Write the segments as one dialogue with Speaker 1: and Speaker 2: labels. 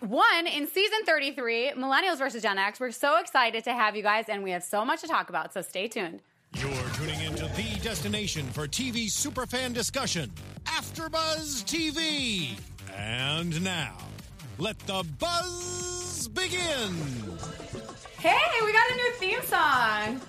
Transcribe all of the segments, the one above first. Speaker 1: one in season 33 Millennials versus Gen X. We're so excited to have you guys, and we have so much to talk about, so stay tuned.
Speaker 2: You're tuning into the destination for TV superfan discussion, AfterBuzz TV. And now, let the buzz begin.
Speaker 1: Hey, we got a new theme song.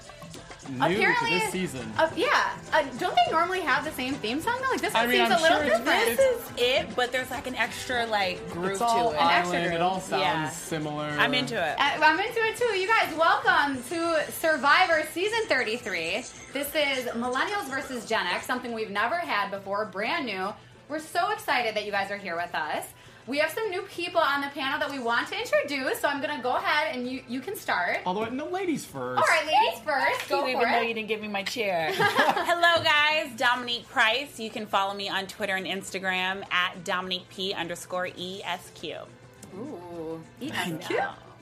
Speaker 3: New to this season.
Speaker 1: uh, yeah. Uh, don't they normally have the same theme song though? Like this one
Speaker 3: I mean,
Speaker 1: seems
Speaker 3: I'm
Speaker 1: a little
Speaker 3: sure it's-
Speaker 1: different.
Speaker 4: This is it, but there's like an extra like groove
Speaker 3: it's all
Speaker 4: to it.
Speaker 1: I-
Speaker 3: island.
Speaker 1: extra
Speaker 3: It all
Speaker 1: group.
Speaker 3: sounds
Speaker 4: Yeah.
Speaker 3: similar.
Speaker 4: I'm into it.
Speaker 1: Uh, I'm into it too. You guys, welcome to Survivor Season 33. This is Millennials versus Gen X, something we've never had before, brand new. We're so excited that you guys are here with us. We have some new people on the panel that we want to introduce, so I'm going to go ahead and you, you can start. All
Speaker 3: Although, no, ladies first.
Speaker 1: right, ladies first, go
Speaker 4: you even
Speaker 1: for
Speaker 4: though you
Speaker 1: it.
Speaker 4: didn't give me my chair. Hello, guys. Dominique Price. You can follow me on Twitter and Instagram at Dominique P underscore E ESQ.
Speaker 1: Ooh, ESQ.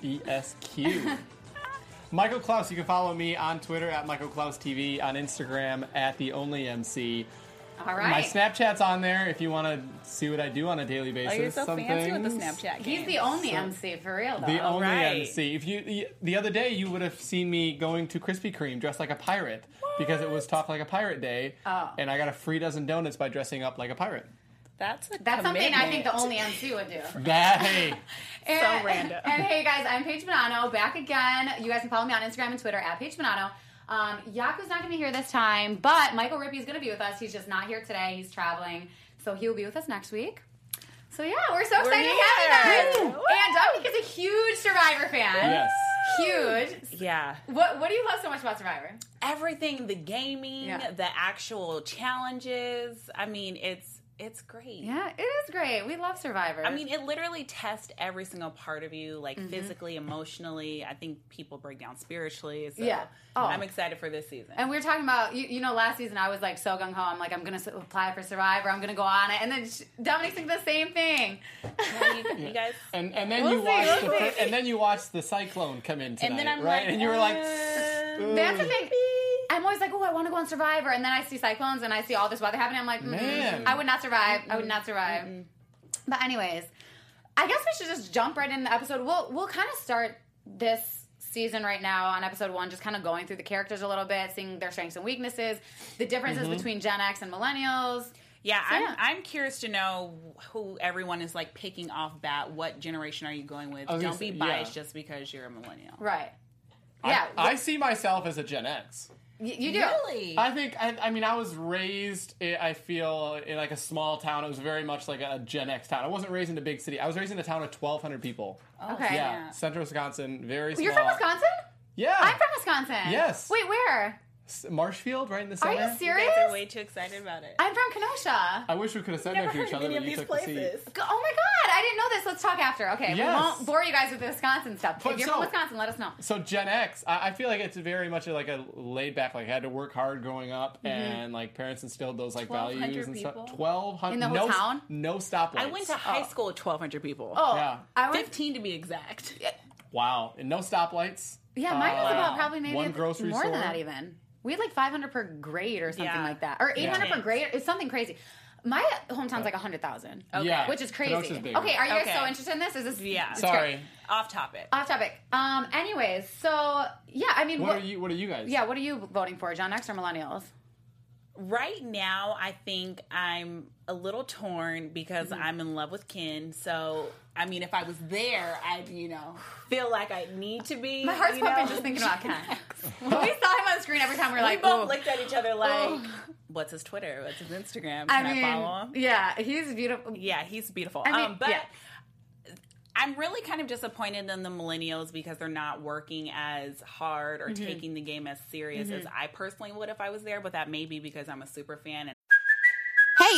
Speaker 3: ESQ. E Michael Klaus, you can follow me on Twitter at Michael Klaus TV, on Instagram at the Only MC.
Speaker 1: All
Speaker 3: My
Speaker 1: right.
Speaker 3: Snapchat's on there if you want to see what I do on a daily basis.
Speaker 4: Oh, you're so
Speaker 3: some
Speaker 4: fancy with the
Speaker 3: things.
Speaker 4: Snapchat.
Speaker 1: He's the only MC, for real though.
Speaker 3: The only
Speaker 4: right.
Speaker 3: MC. If you y- the other day, you would have seen me going to Krispy Kreme dressed like a pirate because it was Talk Like a Pirate Day,
Speaker 1: Oh.
Speaker 3: and I got a free dozen donuts by dressing up like a pirate.
Speaker 4: That's a
Speaker 1: That's something I think the
Speaker 4: commitment.
Speaker 1: only MC would do.
Speaker 3: That hey,
Speaker 1: And-
Speaker 4: random.
Speaker 1: And hey guys, I'm Paige Bonanno, back again. You guys can follow me on Instagram and Twitter at Paige Bonanno. Um, Yaku's not going to be here this time, but Michael Rippey is going to be with us. He's just not here today. He's traveling, so he will be with us next week. So yeah, we're so excited to have you guys.
Speaker 4: here. Woo!
Speaker 1: And Dominique is a huge Survivor fan.
Speaker 3: yes.
Speaker 1: Huge.
Speaker 4: Yeah.
Speaker 1: What What do you love so much about Survivor?
Speaker 4: Everything, the gaming,
Speaker 1: Yeah.
Speaker 4: the actual challenges. I mean, it's it's great.
Speaker 1: Yeah, it is great. We love Survivor.
Speaker 4: I mean, it literally tests every single part of you, like
Speaker 1: Mm-hmm.
Speaker 4: physically, emotionally. I think people break down spiritually. So
Speaker 1: Yeah. Oh.
Speaker 4: I'm excited for this season.
Speaker 1: And we were talking about, you, you know, last season I was like so gung ho. I'm like, I'm going to apply for Survivor. I'm going to go on it. And then sh- Dominic thinks the same thing.
Speaker 4: you, you guys.
Speaker 3: And and then
Speaker 1: We'll
Speaker 3: you
Speaker 1: see,
Speaker 3: watch
Speaker 1: we'll
Speaker 3: the
Speaker 1: see.
Speaker 3: fir- and then you watch the cyclone come in tonight,
Speaker 4: And then I'm
Speaker 3: right?
Speaker 4: like,
Speaker 3: and you were like,
Speaker 4: uh,
Speaker 1: That's
Speaker 3: Mm.
Speaker 1: the thing. I'm always like, oh, I want to go on Survivor, and then I see cyclones and I see all this weather happening. I'm like, mm,
Speaker 3: Man.
Speaker 1: I would not survive. I would not survive. But anyways, I guess we should just jump right in the episode. We'll we'll kind of start this season right now on episode one, just kind of going through the characters a little bit, seeing their strengths and weaknesses, the differences
Speaker 3: Mm-hmm.
Speaker 1: between Gen X and millennials.
Speaker 4: Yeah,
Speaker 1: So, yeah.
Speaker 4: I'm, I'm curious to know who everyone is like picking off bat. What generation are you going with?
Speaker 3: I was
Speaker 4: Don't
Speaker 3: gonna
Speaker 4: be
Speaker 3: say,
Speaker 4: biased
Speaker 3: yeah.
Speaker 4: just because you're a millennial.
Speaker 1: Right.
Speaker 3: I-
Speaker 1: yeah.
Speaker 3: I, see myself as a Gen X.
Speaker 1: Y- you do.
Speaker 4: Really?
Speaker 3: I think I, I mean I was raised. I I feel in like a small town. It was very much like a Gen X town. I wasn't raised in a big city. I was raised in a town of twelve hundred people.
Speaker 1: Okay.
Speaker 3: yeah,
Speaker 4: yeah.
Speaker 3: central Wisconsin, very. Small.
Speaker 1: Oh, You're from Wisconsin?
Speaker 3: Yeah,
Speaker 1: I'm from Wisconsin.
Speaker 3: Yes.
Speaker 1: Wait, where?
Speaker 3: S- Marshfield, right in the
Speaker 1: Are
Speaker 3: center.
Speaker 1: you
Speaker 4: You
Speaker 1: serious?
Speaker 4: guys are way too excited about it.
Speaker 1: I'm from Kenosha.
Speaker 3: I wish we could have said that to each other, but you took the seat.
Speaker 1: Go- Oh my god, I didn't know this. Let's talk after. Okay,
Speaker 3: Yes.
Speaker 1: we won't bore you guys with the Wisconsin stuff.
Speaker 3: But
Speaker 1: if you're
Speaker 3: so-
Speaker 1: from Wisconsin, let us know.
Speaker 3: So Gen X, I, I feel like it's very much like a laid back. Like I had to work hard growing up,
Speaker 1: Mm-hmm.
Speaker 3: and like parents instilled those like
Speaker 4: 1,200
Speaker 3: values and stuff.
Speaker 4: people?
Speaker 3: Twelve hundred
Speaker 1: In the
Speaker 3: no,
Speaker 1: whole town?
Speaker 3: No stoplights.
Speaker 4: I went to high school with 1,200 people.
Speaker 1: Oh,
Speaker 3: Yeah.
Speaker 1: I was,
Speaker 4: 15 to be exact.
Speaker 3: wow, and no stoplights.
Speaker 1: yeah, mine was
Speaker 3: Uh,
Speaker 1: about probably maybe
Speaker 3: one
Speaker 1: a-
Speaker 3: grocery
Speaker 1: more
Speaker 3: store.
Speaker 1: than that even. We had like 500 per grade or something
Speaker 4: Yeah.
Speaker 1: like that, or 800 per
Speaker 4: Yeah.
Speaker 1: grade. It's something crazy. My hometown's like 100,000,
Speaker 3: Yeah,
Speaker 1: which is crazy.
Speaker 3: Kenosha's
Speaker 1: Okay,
Speaker 3: bigger.
Speaker 1: are you guys
Speaker 4: Okay.
Speaker 1: so interested in this? Is this
Speaker 4: Yeah.
Speaker 1: it's
Speaker 3: Sorry.
Speaker 1: great.
Speaker 4: Off topic.
Speaker 1: Off topic. Um. Anyways, so yeah, I mean,
Speaker 3: What, are you? What are you guys?
Speaker 1: Yeah, what are you voting for, Gen X or millennials?
Speaker 4: Right now, I think I'm a little torn because
Speaker 1: Mm-hmm.
Speaker 4: I'm in love with Ken. So, I mean, if I was there, I'd, you know, feel like I need to be.
Speaker 1: My heart's
Speaker 4: you know?
Speaker 1: pumping just thinking about Ken. when we saw him on the screen every time, we were
Speaker 4: We
Speaker 1: like, oh,
Speaker 4: both
Speaker 1: "Ooh."
Speaker 4: looked at each other like, what's his Twitter? What's his Instagram? Can I, follow him?
Speaker 1: yeah, he's beautiful.
Speaker 4: Yeah, he's beautiful.
Speaker 1: I mean,
Speaker 4: um, but
Speaker 1: yeah.
Speaker 4: I'm really kind of disappointed in the millennials because they're not working as hard or
Speaker 1: Mm-hmm.
Speaker 4: taking the game as serious as I personally would if I was there. But that may be because I'm a super fan and
Speaker 5: Hey,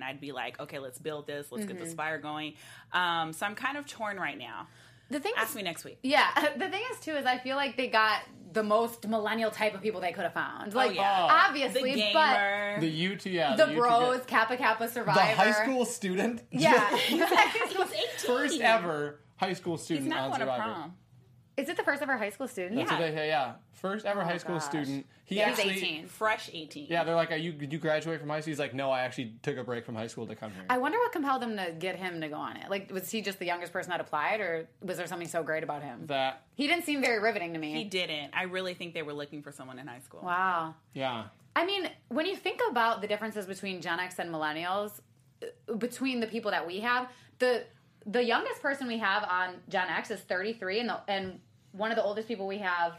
Speaker 4: I'd be like, okay, let's build this, let's
Speaker 1: Mm-hmm.
Speaker 4: get this fire going. Um, so I'm kind of torn right now.
Speaker 1: The thing
Speaker 4: Ask
Speaker 1: is,
Speaker 4: me next week.
Speaker 1: Yeah, the thing is too is I feel like they got the most millennial type of people they could have found. Like
Speaker 4: Oh, yeah. The
Speaker 1: obviously, but
Speaker 4: gamer.
Speaker 3: The U T yeah,
Speaker 1: the
Speaker 3: U2
Speaker 1: bros,
Speaker 3: guy.
Speaker 1: Kappa Kappa Survivor,
Speaker 3: the high school student,
Speaker 1: Yeah,
Speaker 3: first ever high school student
Speaker 4: He's not
Speaker 3: on
Speaker 4: going to
Speaker 3: Survivor.
Speaker 4: prom.
Speaker 1: is it the first ever high school student?
Speaker 3: That's what they say, yeah. First
Speaker 1: Oh
Speaker 3: ever high school student. He
Speaker 1: he's
Speaker 3: actually,
Speaker 1: 18.
Speaker 4: Fresh 18.
Speaker 3: Yeah, they're like, Are you did you graduate from high school? He's like, no, I actually took a break from high school to come here.
Speaker 1: I wonder what compelled them to get him to go on it. Like, was he just the youngest person that applied, or was there something so great about him?
Speaker 3: that
Speaker 1: he didn't seem very riveting to me.
Speaker 4: He didn't. I really think they were looking for someone in high school.
Speaker 1: Wow.
Speaker 3: yeah.
Speaker 1: I mean, when you think about the differences between Gen X and millennials, uh, between the people that we have, the the youngest person we have on Gen X is 33, and the, and one of the oldest people we have.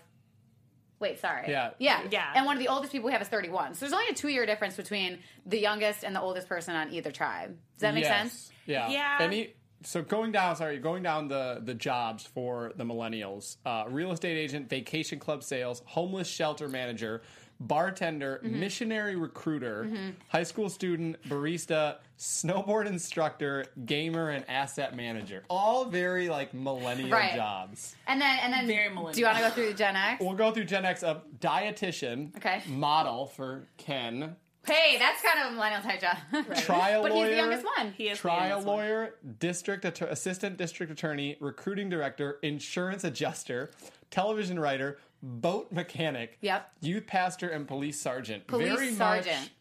Speaker 1: Wait, sorry.
Speaker 3: Yeah.
Speaker 1: Yeah.
Speaker 4: Yeah.
Speaker 1: And one of the oldest people we have is 31. So there's only a two year difference between the youngest and the oldest person on either tribe. Does that make
Speaker 3: Yes.
Speaker 1: sense?
Speaker 3: Yeah.
Speaker 4: Yeah.
Speaker 3: Any so going down, sorry, going down the the jobs for the millennials: uh, real estate agent, vacation club sales, homeless shelter manager, bartender,
Speaker 1: Mm-hmm.
Speaker 3: missionary recruiter, high school student, barista, snowboard instructor, gamer, and asset manager. All very like millennial
Speaker 1: Right.
Speaker 3: jobs.
Speaker 1: And then, and then,
Speaker 4: Very
Speaker 1: do you want to go through the Gen X?
Speaker 3: We'll go through Gen X up. Dietitian,
Speaker 1: Okay.
Speaker 3: model for Ken,
Speaker 1: Hey, that's kind of a millennial type job.
Speaker 3: trial
Speaker 1: But
Speaker 3: lawyer.
Speaker 1: he's the youngest one.
Speaker 4: He is the
Speaker 3: trial
Speaker 4: youngest one.
Speaker 3: lawyer, district atter- assistant district attorney, recruiting director, insurance adjuster, television writer, boat mechanic,
Speaker 1: Yep.
Speaker 3: youth pastor, and police sergeant.
Speaker 1: Police
Speaker 3: Very
Speaker 1: sergeant.
Speaker 3: Much,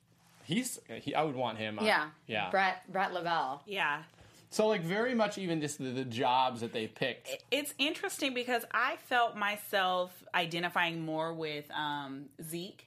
Speaker 3: he's he, I would want him. on-
Speaker 1: yeah.
Speaker 3: yeah.
Speaker 1: Brett, Brett Lavelle.
Speaker 4: Yeah.
Speaker 3: So like very much even just the, the jobs that they picked.
Speaker 1: Eh.
Speaker 4: It's interesting because I felt myself identifying more with um, Zeke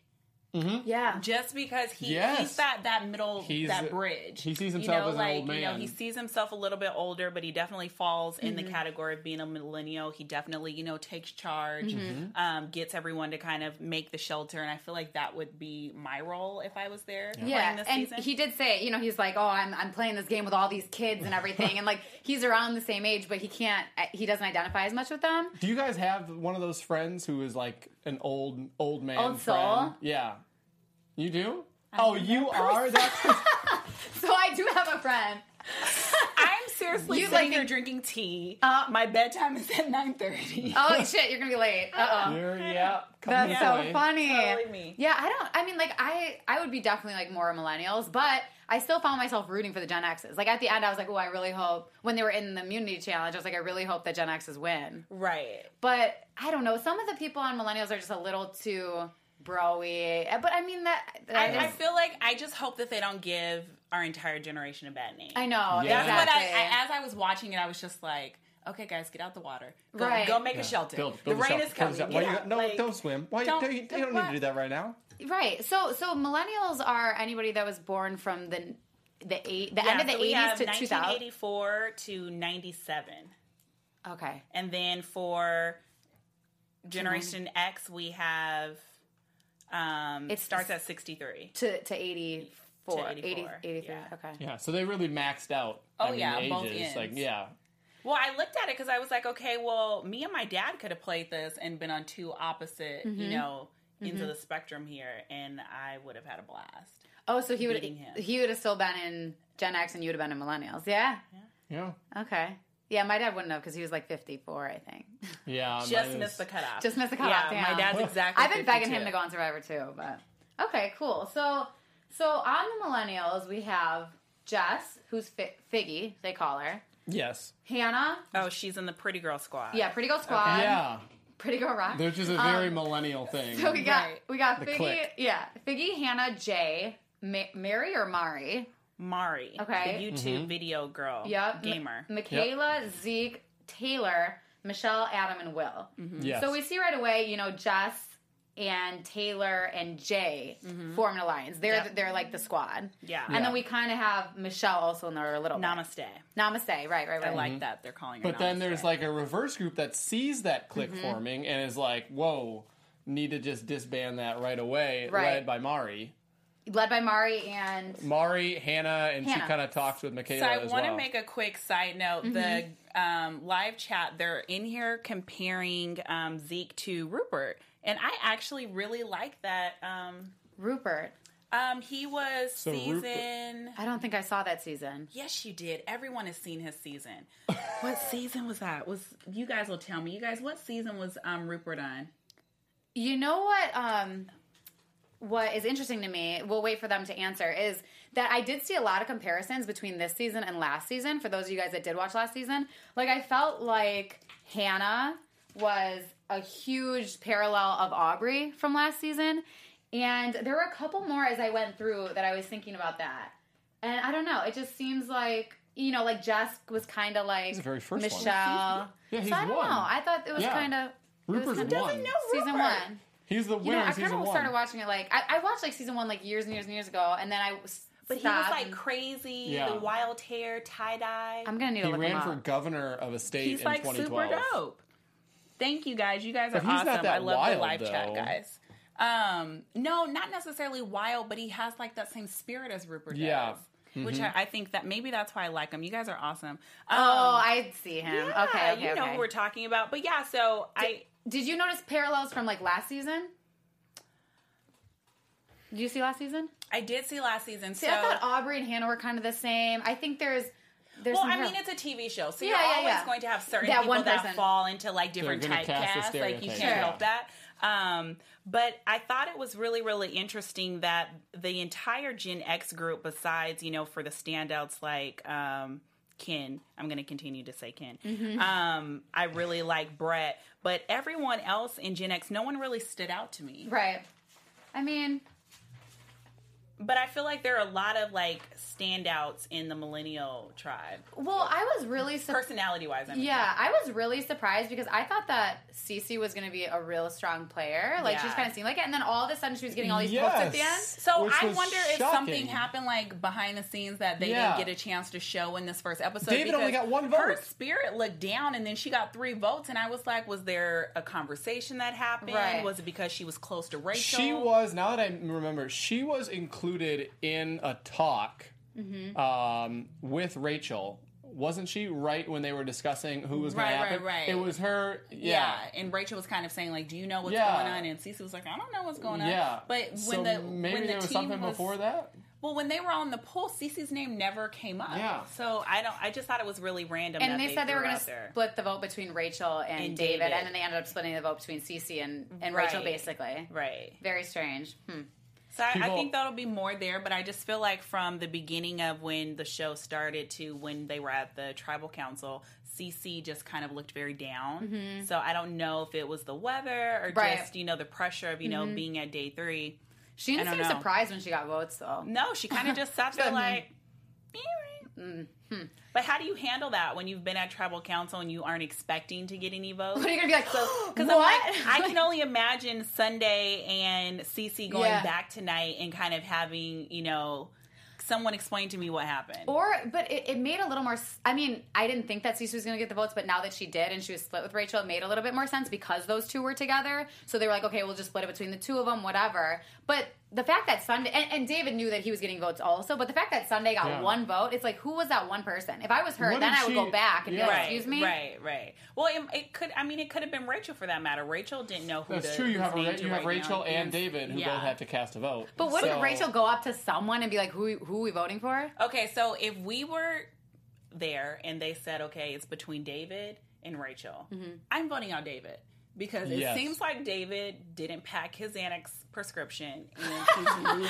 Speaker 1: Yeah.
Speaker 4: just because he,
Speaker 3: Yes.
Speaker 4: he's that, that middle,
Speaker 3: He's-
Speaker 4: that bridge.
Speaker 3: he sees himself as an old
Speaker 4: You know,
Speaker 3: man.
Speaker 4: he sees himself a little bit older, but he definitely falls in
Speaker 1: Mm-hmm.
Speaker 4: the category of being a millennial. He definitely, you know, takes charge,
Speaker 3: Mm-hmm.
Speaker 4: um, gets everyone to kind of make the shelter. And I feel like that would be my role if I was there
Speaker 1: Yeah,
Speaker 4: playing this
Speaker 1: and
Speaker 4: season.
Speaker 1: he did say, you know, he's like, oh, I'm I'm playing this game with all these kids and everything, and like he's around the same age, but he can't, he doesn't identify as much with them.
Speaker 3: Do you guys have one of those friends who is like an old old man
Speaker 1: Old soul?
Speaker 3: friend? Yeah. You do? oh, you are that
Speaker 1: So I do have a friend.
Speaker 4: I'm seriously
Speaker 1: You
Speaker 4: sitting
Speaker 1: like uh,
Speaker 4: here
Speaker 1: it-
Speaker 4: drinking tea. My bedtime is at 9.30.
Speaker 1: Oh shit, you're gonna be late. Uh oh.
Speaker 3: You're- yeah. come
Speaker 1: That's
Speaker 3: this
Speaker 1: so
Speaker 3: way.
Speaker 1: funny.
Speaker 4: Totally me.
Speaker 1: Yeah, I don't. I mean, like, I I would be definitely like more millennials, but I still found myself rooting for the Gen X's. Like at the end, I was like, oh, I really hope when they were in the immunity challenge, I was like, I really hope that Gen X's win.
Speaker 4: Right.
Speaker 1: But I don't know. Some of the people on millennials are just a little too broy. Eh, But I mean that. that
Speaker 4: I,
Speaker 1: is-
Speaker 4: I feel like I just hope that they don't give our entire generation a bad name.
Speaker 1: I know.
Speaker 3: Yeah.
Speaker 4: That's what
Speaker 1: Exactly.
Speaker 4: I, I, as I was watching it, I was just like, okay, guys, get out the water. Go,
Speaker 1: Right.
Speaker 4: go make a shelter.
Speaker 3: Build, build
Speaker 4: the rain
Speaker 3: yourself- build
Speaker 4: is coming.
Speaker 3: yourself-
Speaker 4: Get
Speaker 3: Why you,
Speaker 4: out.
Speaker 3: no,
Speaker 4: Like,
Speaker 3: don't swim. Why
Speaker 4: don't-
Speaker 3: don't, you, you don't need to do that right now.
Speaker 1: right. So so millennials are anybody that was born from the the eight the
Speaker 4: yeah,
Speaker 1: end of the
Speaker 4: so we have
Speaker 1: eighties to two thousand.
Speaker 4: 1984 to 97.
Speaker 1: Okay.
Speaker 4: And then for Generation X, we have, um,
Speaker 1: It's-
Speaker 4: it starts at 63.
Speaker 1: To to eighty four.
Speaker 4: To
Speaker 1: 83.
Speaker 4: 84, yeah.
Speaker 1: Okay.
Speaker 3: Yeah, so they really maxed out.
Speaker 4: Oh, yeah, both ends.
Speaker 3: Like yeah,
Speaker 4: Well, I looked at it because I was like, okay, well, me and my dad could have played this and been on two opposite, you
Speaker 1: Mm-hmm.
Speaker 4: know, ends of the spectrum here, and I would have had a blast.
Speaker 1: Oh, so he would
Speaker 4: Beating him.
Speaker 1: he would have still been in Gen X and you would have been in millennials. Yeah.
Speaker 3: yeah,
Speaker 1: Okay. Yeah, my dad wouldn't know because he was like fifty four, I think.
Speaker 3: yeah.
Speaker 4: Just
Speaker 3: mine
Speaker 4: missed the
Speaker 3: is-
Speaker 4: cutoff.
Speaker 1: Just missed the cutoff,
Speaker 4: Yeah, my
Speaker 1: damn.
Speaker 4: dad's exactly.
Speaker 1: I've been begging him
Speaker 4: 52.
Speaker 1: to go on Survivor too, but okay, cool. So, so on the millennials, we have Jess, who's fi- Figgy, they call her.
Speaker 3: yes.
Speaker 1: Hannah,
Speaker 4: Oh, she's in the Pretty Girl Squad.
Speaker 1: yeah, Pretty Girl Squad,
Speaker 3: yeah,
Speaker 1: Pretty Girl Rock.
Speaker 3: there's just a very millennial thing.
Speaker 1: so we got
Speaker 4: Right.
Speaker 1: we got
Speaker 3: The
Speaker 1: Figgy,
Speaker 3: clique.
Speaker 1: yeah, Figgy, Hannah, Jay, Ma- Mary or Mari,
Speaker 4: Mari.
Speaker 1: Okay. Mm-hmm.
Speaker 3: Mm-hmm.
Speaker 4: The YouTube video girl.
Speaker 1: yep, M-
Speaker 4: Gamer.
Speaker 1: Michaela, Zeke, Taylor, Michelle, Adam, and Will.
Speaker 4: Mm-hmm.
Speaker 3: Yes.
Speaker 1: So we see right away, you know, Jess and Taylor and Jay form an alliance. They're
Speaker 4: Mm-hmm. Yep.
Speaker 1: they're like the squad.
Speaker 4: Yeah.
Speaker 1: And then we kind of have Michelle also in there a little. bit.
Speaker 4: Namaste.
Speaker 1: Namaste. Right. Right. Right.
Speaker 4: I like that they're calling her.
Speaker 3: Mm-hmm. But then
Speaker 4: namaste.
Speaker 3: there's like a reverse group that sees that clique forming and is like, whoa, need to just disband that right away,
Speaker 1: Right.
Speaker 3: led by Mari.
Speaker 1: Led by Mari and
Speaker 3: Mari, Hannah, and she
Speaker 1: Hannah.
Speaker 3: kind of talks with Michaela
Speaker 4: So I
Speaker 3: as
Speaker 4: want
Speaker 3: well.
Speaker 4: to make a quick side note.
Speaker 1: Mm-hmm.
Speaker 4: The um, live chat, they're in here comparing um, Zeke to Rupert, and I actually really like that. Um,
Speaker 1: Rupert.
Speaker 4: um, he was
Speaker 3: Rupert-
Speaker 4: season.
Speaker 1: I don't think I saw that season.
Speaker 4: Yes, you did. Everyone has seen his season. what season was that? Was you guys will tell me. You guys, what season was um, Rupert on?
Speaker 1: You know what? Um, what is interesting to me, we'll wait for them to answer, is that I did see a lot of comparisons between this season and last season. For those of you guys that did watch last season, like I felt like Hannah was a huge parallel of Aubrey from last season, and there were a couple more as I went through that I was thinking about that, and I don't know. It just seems like. You know, like Jess was kind of like
Speaker 3: the very first one.
Speaker 1: Michelle.
Speaker 3: Yeah, he's
Speaker 1: so I don't
Speaker 3: one.
Speaker 1: know. I thought it was
Speaker 3: Yeah.
Speaker 1: kind of
Speaker 3: Rupert's one.
Speaker 1: season one.
Speaker 3: He's the winner
Speaker 1: You know, I
Speaker 3: in
Speaker 1: kind
Speaker 3: season
Speaker 1: of
Speaker 3: one.
Speaker 1: started watching it like I, I watched like season one like years and years and years ago, and then I s-
Speaker 4: But he was
Speaker 1: stopped
Speaker 4: like
Speaker 1: and-
Speaker 4: crazy,
Speaker 3: Yeah.
Speaker 4: the wild hair, tie dye.
Speaker 1: I'm gonna need to
Speaker 3: he
Speaker 1: look
Speaker 3: ran
Speaker 1: him
Speaker 3: for
Speaker 1: up.
Speaker 3: governor of a state
Speaker 4: He's
Speaker 3: in
Speaker 4: like
Speaker 3: 2012.
Speaker 4: super dope. Thank you guys. You guys are
Speaker 3: But he's not
Speaker 4: awesome.
Speaker 3: that
Speaker 4: I love
Speaker 3: wild,
Speaker 4: the live chat,
Speaker 3: though.
Speaker 4: guys. Um, no, not necessarily wild, but he has like that same spirit as Rupert does.
Speaker 3: Yeah. Mm-hmm.
Speaker 4: Which I, I think that maybe that's why I like him. You guys are awesome. Um,
Speaker 1: oh, I see him.
Speaker 4: yeah,
Speaker 1: okay, okay,
Speaker 4: you know
Speaker 1: okay.
Speaker 4: who we're talking about. But yeah, so I
Speaker 1: Did you notice parallels from like last season? Did you see last season?
Speaker 4: I did see last season.
Speaker 1: See,
Speaker 4: so
Speaker 1: I thought Aubrey and Hannah were kind of the same. I think there's there's.
Speaker 4: well,
Speaker 1: some
Speaker 4: I mean,
Speaker 1: parallels.
Speaker 4: it's a TV show, so
Speaker 1: Yeah,
Speaker 4: you're
Speaker 1: yeah,
Speaker 4: always
Speaker 1: yeah.
Speaker 4: going to have certain
Speaker 1: That
Speaker 4: people
Speaker 1: one person.
Speaker 4: that fall into like different
Speaker 3: gonna cast
Speaker 4: typecasts.
Speaker 3: the
Speaker 4: Like you can't
Speaker 3: stereotype,
Speaker 4: help
Speaker 3: yeah.
Speaker 4: that. Um, but I thought it was really, really interesting that the entire Gen X group, besides you know, for the standouts like um, Ken, I'm going to continue to say Ken.
Speaker 1: Mm-hmm.
Speaker 4: Um, I really like Brett, but everyone else in Gen X, no one really stood out to me.
Speaker 1: right. I mean,
Speaker 4: But I feel like there are a lot of like standouts in the millennial tribe,
Speaker 1: well, I was really surprised.
Speaker 4: personality wise. I mean.
Speaker 1: Yeah, I was really surprised because I thought that Cece was going to be a real strong player. Like she
Speaker 4: Yeah.
Speaker 1: just kind of seemed like it, and then all of a sudden she was getting all these votes at the end.
Speaker 3: Yes.
Speaker 4: So
Speaker 3: Which
Speaker 4: I
Speaker 3: was
Speaker 4: wonder if
Speaker 3: shocking.
Speaker 4: something happened like behind the scenes that they
Speaker 3: Yeah.
Speaker 4: didn't get a chance to show in this first episode.
Speaker 3: David only
Speaker 4: because
Speaker 3: got one
Speaker 4: Her
Speaker 3: vote.
Speaker 4: spirit looked down, and then she got three votes, and I was like, was there a conversation that happened?
Speaker 1: Right.
Speaker 4: Was it because she was close to Rachel?
Speaker 3: She was. Now that I remember, she was included in a talk
Speaker 4: Mm-hmm.
Speaker 3: um, with Rachel. Wasn't she right when they were discussing who was going
Speaker 4: Right,
Speaker 3: to
Speaker 4: right,
Speaker 3: happen?
Speaker 4: right.
Speaker 3: It was her.
Speaker 4: Yeah.
Speaker 3: Yeah.
Speaker 4: and Rachel was kind of saying like, "Do you know what's
Speaker 3: Yeah.
Speaker 4: going on?" And Cece was like, "I don't know what's going on."
Speaker 3: Yeah.
Speaker 4: but when
Speaker 3: So
Speaker 4: the
Speaker 3: maybe
Speaker 4: when the
Speaker 3: there was
Speaker 4: team
Speaker 3: something
Speaker 4: was-
Speaker 3: before that.
Speaker 4: well, when they were on the pool, Cece's name never came up.
Speaker 3: Yeah.
Speaker 4: so I don't. I just thought it was really random. that
Speaker 1: And they, said they were
Speaker 4: going
Speaker 1: going
Speaker 4: to
Speaker 1: to split the vote between Rachel and,
Speaker 4: And
Speaker 1: David,
Speaker 4: David.
Speaker 1: and then they ended up splitting the vote between Cece and, and Rachel,
Speaker 4: Right.
Speaker 1: basically.
Speaker 4: right.
Speaker 1: Very strange. Hmm.
Speaker 4: So I, I
Speaker 3: People-
Speaker 4: think that'll be more there, but I just feel like from the beginning of when the show started to when they were at the tribal council, CC just kind of looked very down. So I don't know if it was the weather or
Speaker 1: Right.
Speaker 4: just you know the pressure of you know being at day three.
Speaker 1: She didn't
Speaker 4: I
Speaker 1: seem
Speaker 4: don't know.
Speaker 1: surprised when she got votes, though.
Speaker 4: No, she kind of just sat there like. "Eh." But how do you handle that when you've been at tribal council and you aren't expecting to get any votes?
Speaker 1: What are you going to be like?
Speaker 4: Because
Speaker 1: Because
Speaker 4: I'm like, I can only imagine Sunday and Cece going
Speaker 1: Yeah.
Speaker 4: back tonight and kind of having, you know, someone explain to me what happened.
Speaker 1: Or, but it, it made a little more. s- I mean, I didn't think that Cece was going to get the votes, but now that she did and she was split with Rachel, it made a little bit more sense because those two were together. So they were like, okay, we'll just split it between the two of them, whatever. But the fact that Sunday and, and David knew that he was getting votes also, but the fact that Sunday got
Speaker 3: Yeah.
Speaker 1: one vote, it's like, who was that one person? If I was her,
Speaker 3: What
Speaker 1: then
Speaker 3: did
Speaker 1: I would
Speaker 3: she-
Speaker 1: go back and
Speaker 3: Yeah.
Speaker 1: be like,
Speaker 4: right,
Speaker 1: excuse me.
Speaker 4: right, right. Well, it, it could. I mean, it could have been Rachel for that matter. Rachel didn't know who.
Speaker 3: That's
Speaker 4: to-
Speaker 3: true. You
Speaker 4: whose
Speaker 3: have a,
Speaker 4: name
Speaker 3: Ra-
Speaker 4: to
Speaker 3: you have
Speaker 4: write
Speaker 3: Rachel
Speaker 4: down.
Speaker 3: and David who
Speaker 4: Yeah.
Speaker 3: both have to cast a vote.
Speaker 1: But wouldn't
Speaker 3: So-
Speaker 1: Rachel go up to someone and be like, who who are we voting for?
Speaker 4: Okay, so if we were there and they said, okay, it's between David and Rachel,
Speaker 1: Mm-hmm.
Speaker 4: I'm voting out David because it
Speaker 3: Yes.
Speaker 4: seems like David didn't pack his Xanax prescription and he's losing.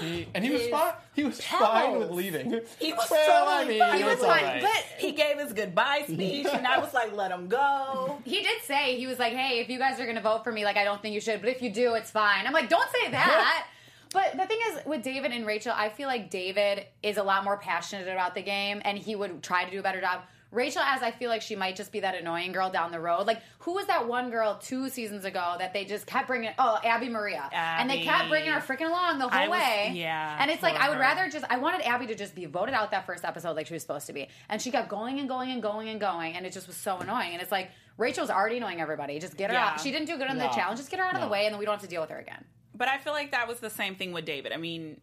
Speaker 3: He, and he was
Speaker 4: His
Speaker 3: fine. He was fine with
Speaker 4: pals.
Speaker 3: leaving.
Speaker 4: He was
Speaker 3: well, I
Speaker 4: totally
Speaker 3: mean,
Speaker 4: fine.
Speaker 1: He was
Speaker 3: it's all
Speaker 1: fine,
Speaker 3: right.
Speaker 1: but
Speaker 4: he gave his goodbye speech, and I was like, "Let him go."
Speaker 1: He did say he was like, "Hey, if you guys are going to vote for me, like I don't think you should, but if you do, it's fine." I'm like, "Don't say that." but the thing is with David and Rachel, I feel like David is a lot more passionate about the game and he would try to do a better job. Rachel as I feel like she might just be that annoying girl down the road. Like who was that one girl two seasons ago that they just kept bringing? Oh, Abby Maria, and they kept
Speaker 4: Abby.
Speaker 1: bringing her freaking along the whole
Speaker 4: I was-
Speaker 1: way.
Speaker 4: yeah,
Speaker 1: and it's like
Speaker 4: poor
Speaker 1: I would
Speaker 4: her.
Speaker 1: rather just I wanted Abby to just be voted out that first episode like she was supposed to be, and she kept going and going and going and going, and it just was so annoying. And it's like Rachel's already annoying everybody. Just get her
Speaker 4: Yeah.
Speaker 1: out. She didn't do good on
Speaker 3: No.
Speaker 1: the challenge. Just get her out of the
Speaker 3: No.
Speaker 1: way, and then we don't have to deal with her again.
Speaker 4: But I feel like that was the same thing with David. I mean,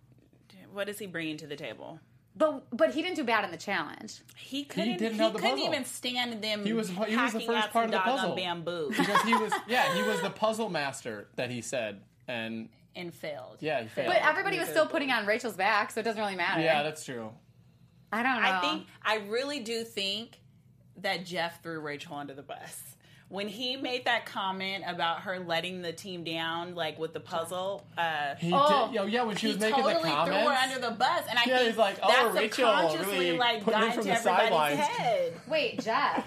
Speaker 4: what is he bringing to the table?
Speaker 1: But but he didn't do bad in the challenge.
Speaker 4: He couldn't. He,
Speaker 3: didn't have the
Speaker 4: couldn't
Speaker 3: puzzle.
Speaker 4: even stand them.
Speaker 3: He was- he was the
Speaker 4: hacking
Speaker 3: first
Speaker 4: out
Speaker 3: part
Speaker 4: some
Speaker 3: of the
Speaker 4: doggone
Speaker 3: puzzle.
Speaker 4: Bamboo
Speaker 3: because he was yeah he was the puzzle master that he said and
Speaker 4: and failed.
Speaker 3: yeah he failed.
Speaker 1: But everybody was still putting on Rachel's back, so it doesn't really matter.
Speaker 3: yeah, that's true.
Speaker 1: I don't know.
Speaker 4: I think I really do think that Jeff threw Rachel under the bus. When he made that comment about her letting the team down, like with the puzzle, uh,
Speaker 3: He
Speaker 1: Oh,
Speaker 3: did, yo, yeah, when she
Speaker 4: he
Speaker 3: was making
Speaker 4: totally
Speaker 3: the comments,
Speaker 4: threw her under the bus, and I
Speaker 3: Yeah,
Speaker 4: think
Speaker 3: he's like, oh,
Speaker 4: that
Speaker 3: Rachel
Speaker 4: subconsciously
Speaker 3: really
Speaker 4: like
Speaker 3: put him
Speaker 4: got
Speaker 3: from
Speaker 4: into
Speaker 3: the
Speaker 4: everybody's
Speaker 3: sidelines.
Speaker 4: head.
Speaker 1: Wait, Jeff.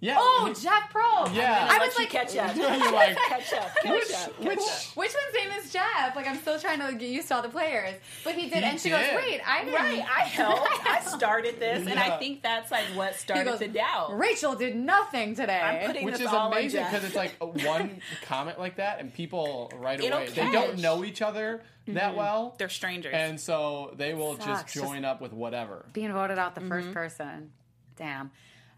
Speaker 3: yeah,
Speaker 1: Oh,
Speaker 3: he-
Speaker 1: Jeff Pro.
Speaker 3: Yeah.
Speaker 1: I
Speaker 4: Let
Speaker 1: was
Speaker 4: you
Speaker 1: like,
Speaker 4: catch up,
Speaker 3: you're like,
Speaker 4: catch up, catch
Speaker 3: which,
Speaker 4: up.
Speaker 3: which,
Speaker 1: Which one's name is Jeff? Like, I'm still trying to get used to all the players. But he did,
Speaker 3: He
Speaker 1: and she
Speaker 3: did.
Speaker 1: goes, "Wait, I didn't."
Speaker 4: Right, I helped. I started this, and
Speaker 3: Yeah.
Speaker 4: I think that's like what
Speaker 1: He
Speaker 4: started
Speaker 1: goes,
Speaker 4: the doubt.
Speaker 1: Rachel did nothing today.
Speaker 4: I'm putting
Speaker 3: which
Speaker 4: this
Speaker 3: is
Speaker 4: all on
Speaker 3: amazing
Speaker 4: Jeff.
Speaker 3: because it's like one comment like that, and people right
Speaker 4: It'll
Speaker 3: away they
Speaker 4: catch. Mm-hmm.
Speaker 3: don't know each other that well.
Speaker 4: They're strangers.
Speaker 3: and so they will
Speaker 1: Sucks,
Speaker 3: just join up with whatever.
Speaker 1: being voted out the
Speaker 4: Mm-hmm.
Speaker 1: first person. Damn.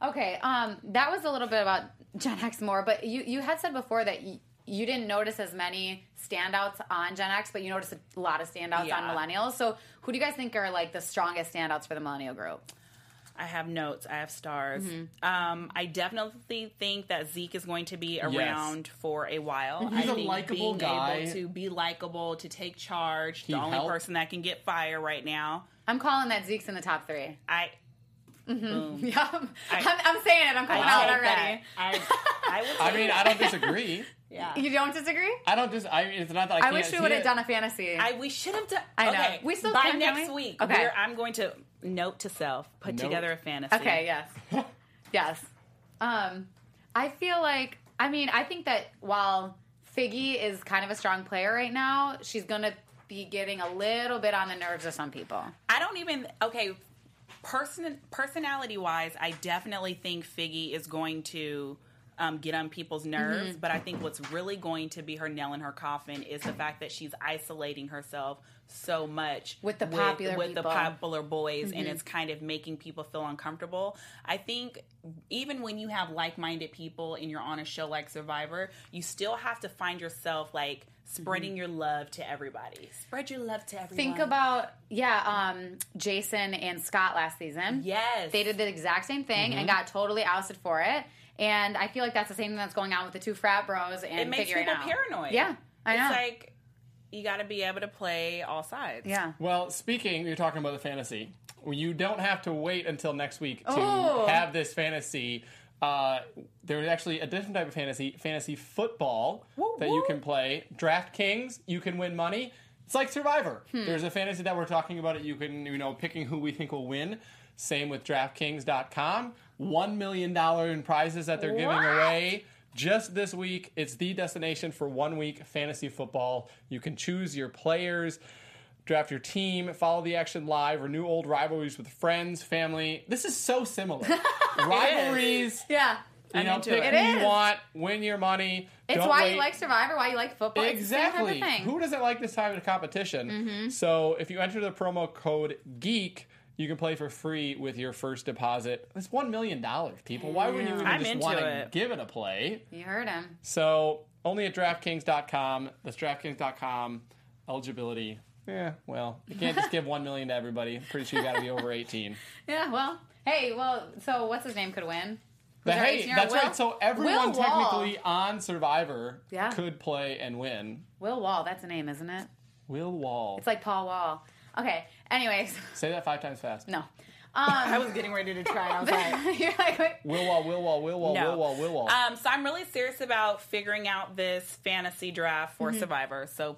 Speaker 1: Okay, um, that was a little bit about Gen X more, but you, you had said before that you, you didn't notice as many standouts on Gen X, but you noticed a lot of standouts
Speaker 4: Yeah.
Speaker 1: on millennials. So, who do you guys think are like the strongest standouts for the millennial group?
Speaker 4: I have notes. I have stars. Um, I definitely think that Zeke is going to be around for a while.
Speaker 3: He's
Speaker 4: I
Speaker 3: a
Speaker 4: think
Speaker 3: likable
Speaker 4: being
Speaker 3: guy.
Speaker 4: able to be likable, to take charge,
Speaker 3: He
Speaker 4: the only
Speaker 3: helped.
Speaker 4: person that can get fire right now.
Speaker 1: I'm calling that Zeke's in the top three.
Speaker 4: I
Speaker 1: Yeah, I'm, I'm, I'm saying it. I'm calling
Speaker 4: I
Speaker 1: out
Speaker 4: take
Speaker 1: already.
Speaker 4: that. I, I, would
Speaker 3: I
Speaker 4: take
Speaker 3: mean,
Speaker 4: that.
Speaker 3: I don't disagree.
Speaker 1: You don't disagree?
Speaker 3: I don't just. I mean, it's not that I,
Speaker 1: I
Speaker 3: can't
Speaker 1: wish we
Speaker 3: see
Speaker 1: would have
Speaker 3: it.
Speaker 1: done a fantasy.
Speaker 4: I we should have done.
Speaker 1: I know.
Speaker 4: Okay,
Speaker 1: We still
Speaker 4: by
Speaker 1: can, can't
Speaker 4: next
Speaker 1: we?
Speaker 4: week.
Speaker 1: Okay.
Speaker 4: we're- I'm going to note to self, put
Speaker 3: Note.
Speaker 4: together a fantasy.
Speaker 1: Okay, yes. yes. Um, I feel like, I mean, I think that while Figgy is kind of a strong player right now, she's going to be getting a little bit on the nerves of some people.
Speaker 4: I don't even okay. Person personality wise, I definitely think Figgy is going to um, get on people's
Speaker 1: Mm-hmm.
Speaker 4: nerves. But I think what's really going to be her nail in her coffin is the fact that she's isolating herself so much
Speaker 1: With the popular
Speaker 4: with the
Speaker 1: people. Mm-hmm.
Speaker 4: popular boys, and it's kind of making people feel uncomfortable. I think even when you have like minded people and you're on a show like Survivor, you still have to find yourself like spreading
Speaker 1: Mm-hmm.
Speaker 4: your love to everybody. Spread your love to everyone.
Speaker 1: Think about, yeah, um, Jason and Scott last season.
Speaker 4: yes, Mm-hmm.
Speaker 1: They did the exact same thing and got totally ousted for it. And I feel like that's the same thing that's going on with the two frat bros and
Speaker 4: it makes
Speaker 1: figuring
Speaker 4: people
Speaker 1: out.
Speaker 4: paranoid.
Speaker 1: Yeah, I know.
Speaker 4: It's like you got to be able to play all sides.
Speaker 1: yeah.
Speaker 3: Well, speaking, you're talking about the fantasy. Well, You don't have to wait until next week to
Speaker 1: Ooh.
Speaker 3: have this fantasy. Uh, there's actually a different type of fantasy, fantasy football, that you can play. DraftKings, you can win money. It's like Survivor. There's a fantasy that we're talking about. It you can, you know, picking who we think will win. Same with DraftKings.com. One million dollar in prizes that they're giving away just this week. It's the destination for one week fantasy football. You can choose your players draft your team, follow the action live, renew old rivalries with friends, family. This is so similar. rivalries,
Speaker 1: Yeah.
Speaker 3: you know,
Speaker 4: into
Speaker 3: pick
Speaker 4: it.
Speaker 3: who
Speaker 1: It
Speaker 3: you
Speaker 1: is.
Speaker 3: want, win your money.
Speaker 1: It's
Speaker 3: don't
Speaker 1: why
Speaker 3: wait.
Speaker 1: you like Survivor, why you like football. It's the same type of
Speaker 3: Exactly.
Speaker 1: thing. Mm-hmm.
Speaker 3: Who doesn't like this time of competition? So if you enter the promo code GEEK, you can play for free with your first deposit. That's one million dollars, people. Why wouldn't you even
Speaker 4: I'm
Speaker 3: just
Speaker 4: into
Speaker 3: want to
Speaker 4: it.
Speaker 3: give it a play?
Speaker 1: You heard him.
Speaker 3: So only at DraftKings.com. That's DraftKings.com eligibility. Yeah, well, you can't just give one million to everybody. I'm pretty sure you got to be over eighteen.
Speaker 1: Yeah, well, hey, well, so what's his name could win?
Speaker 3: But
Speaker 1: our
Speaker 3: hey,
Speaker 1: 18-year-old
Speaker 3: that's
Speaker 1: Will-
Speaker 3: right. So everyone
Speaker 1: Will Wall.
Speaker 3: technically on Survivor
Speaker 1: Yeah.
Speaker 3: could play and win.
Speaker 1: Will Wall, that's a name, isn't it?
Speaker 3: Will Wall.
Speaker 1: It's like Paul Wall. Okay, anyways,
Speaker 3: Say that five times fast.
Speaker 1: no.
Speaker 4: I was getting ready to try. I was like,
Speaker 1: You're like, wait.
Speaker 3: Will Wall. Will Wall. Will Wall.
Speaker 4: no.
Speaker 3: Will Wall. Will Wall.
Speaker 4: Um, so I'm really serious about figuring out this fantasy draft for Survivor. So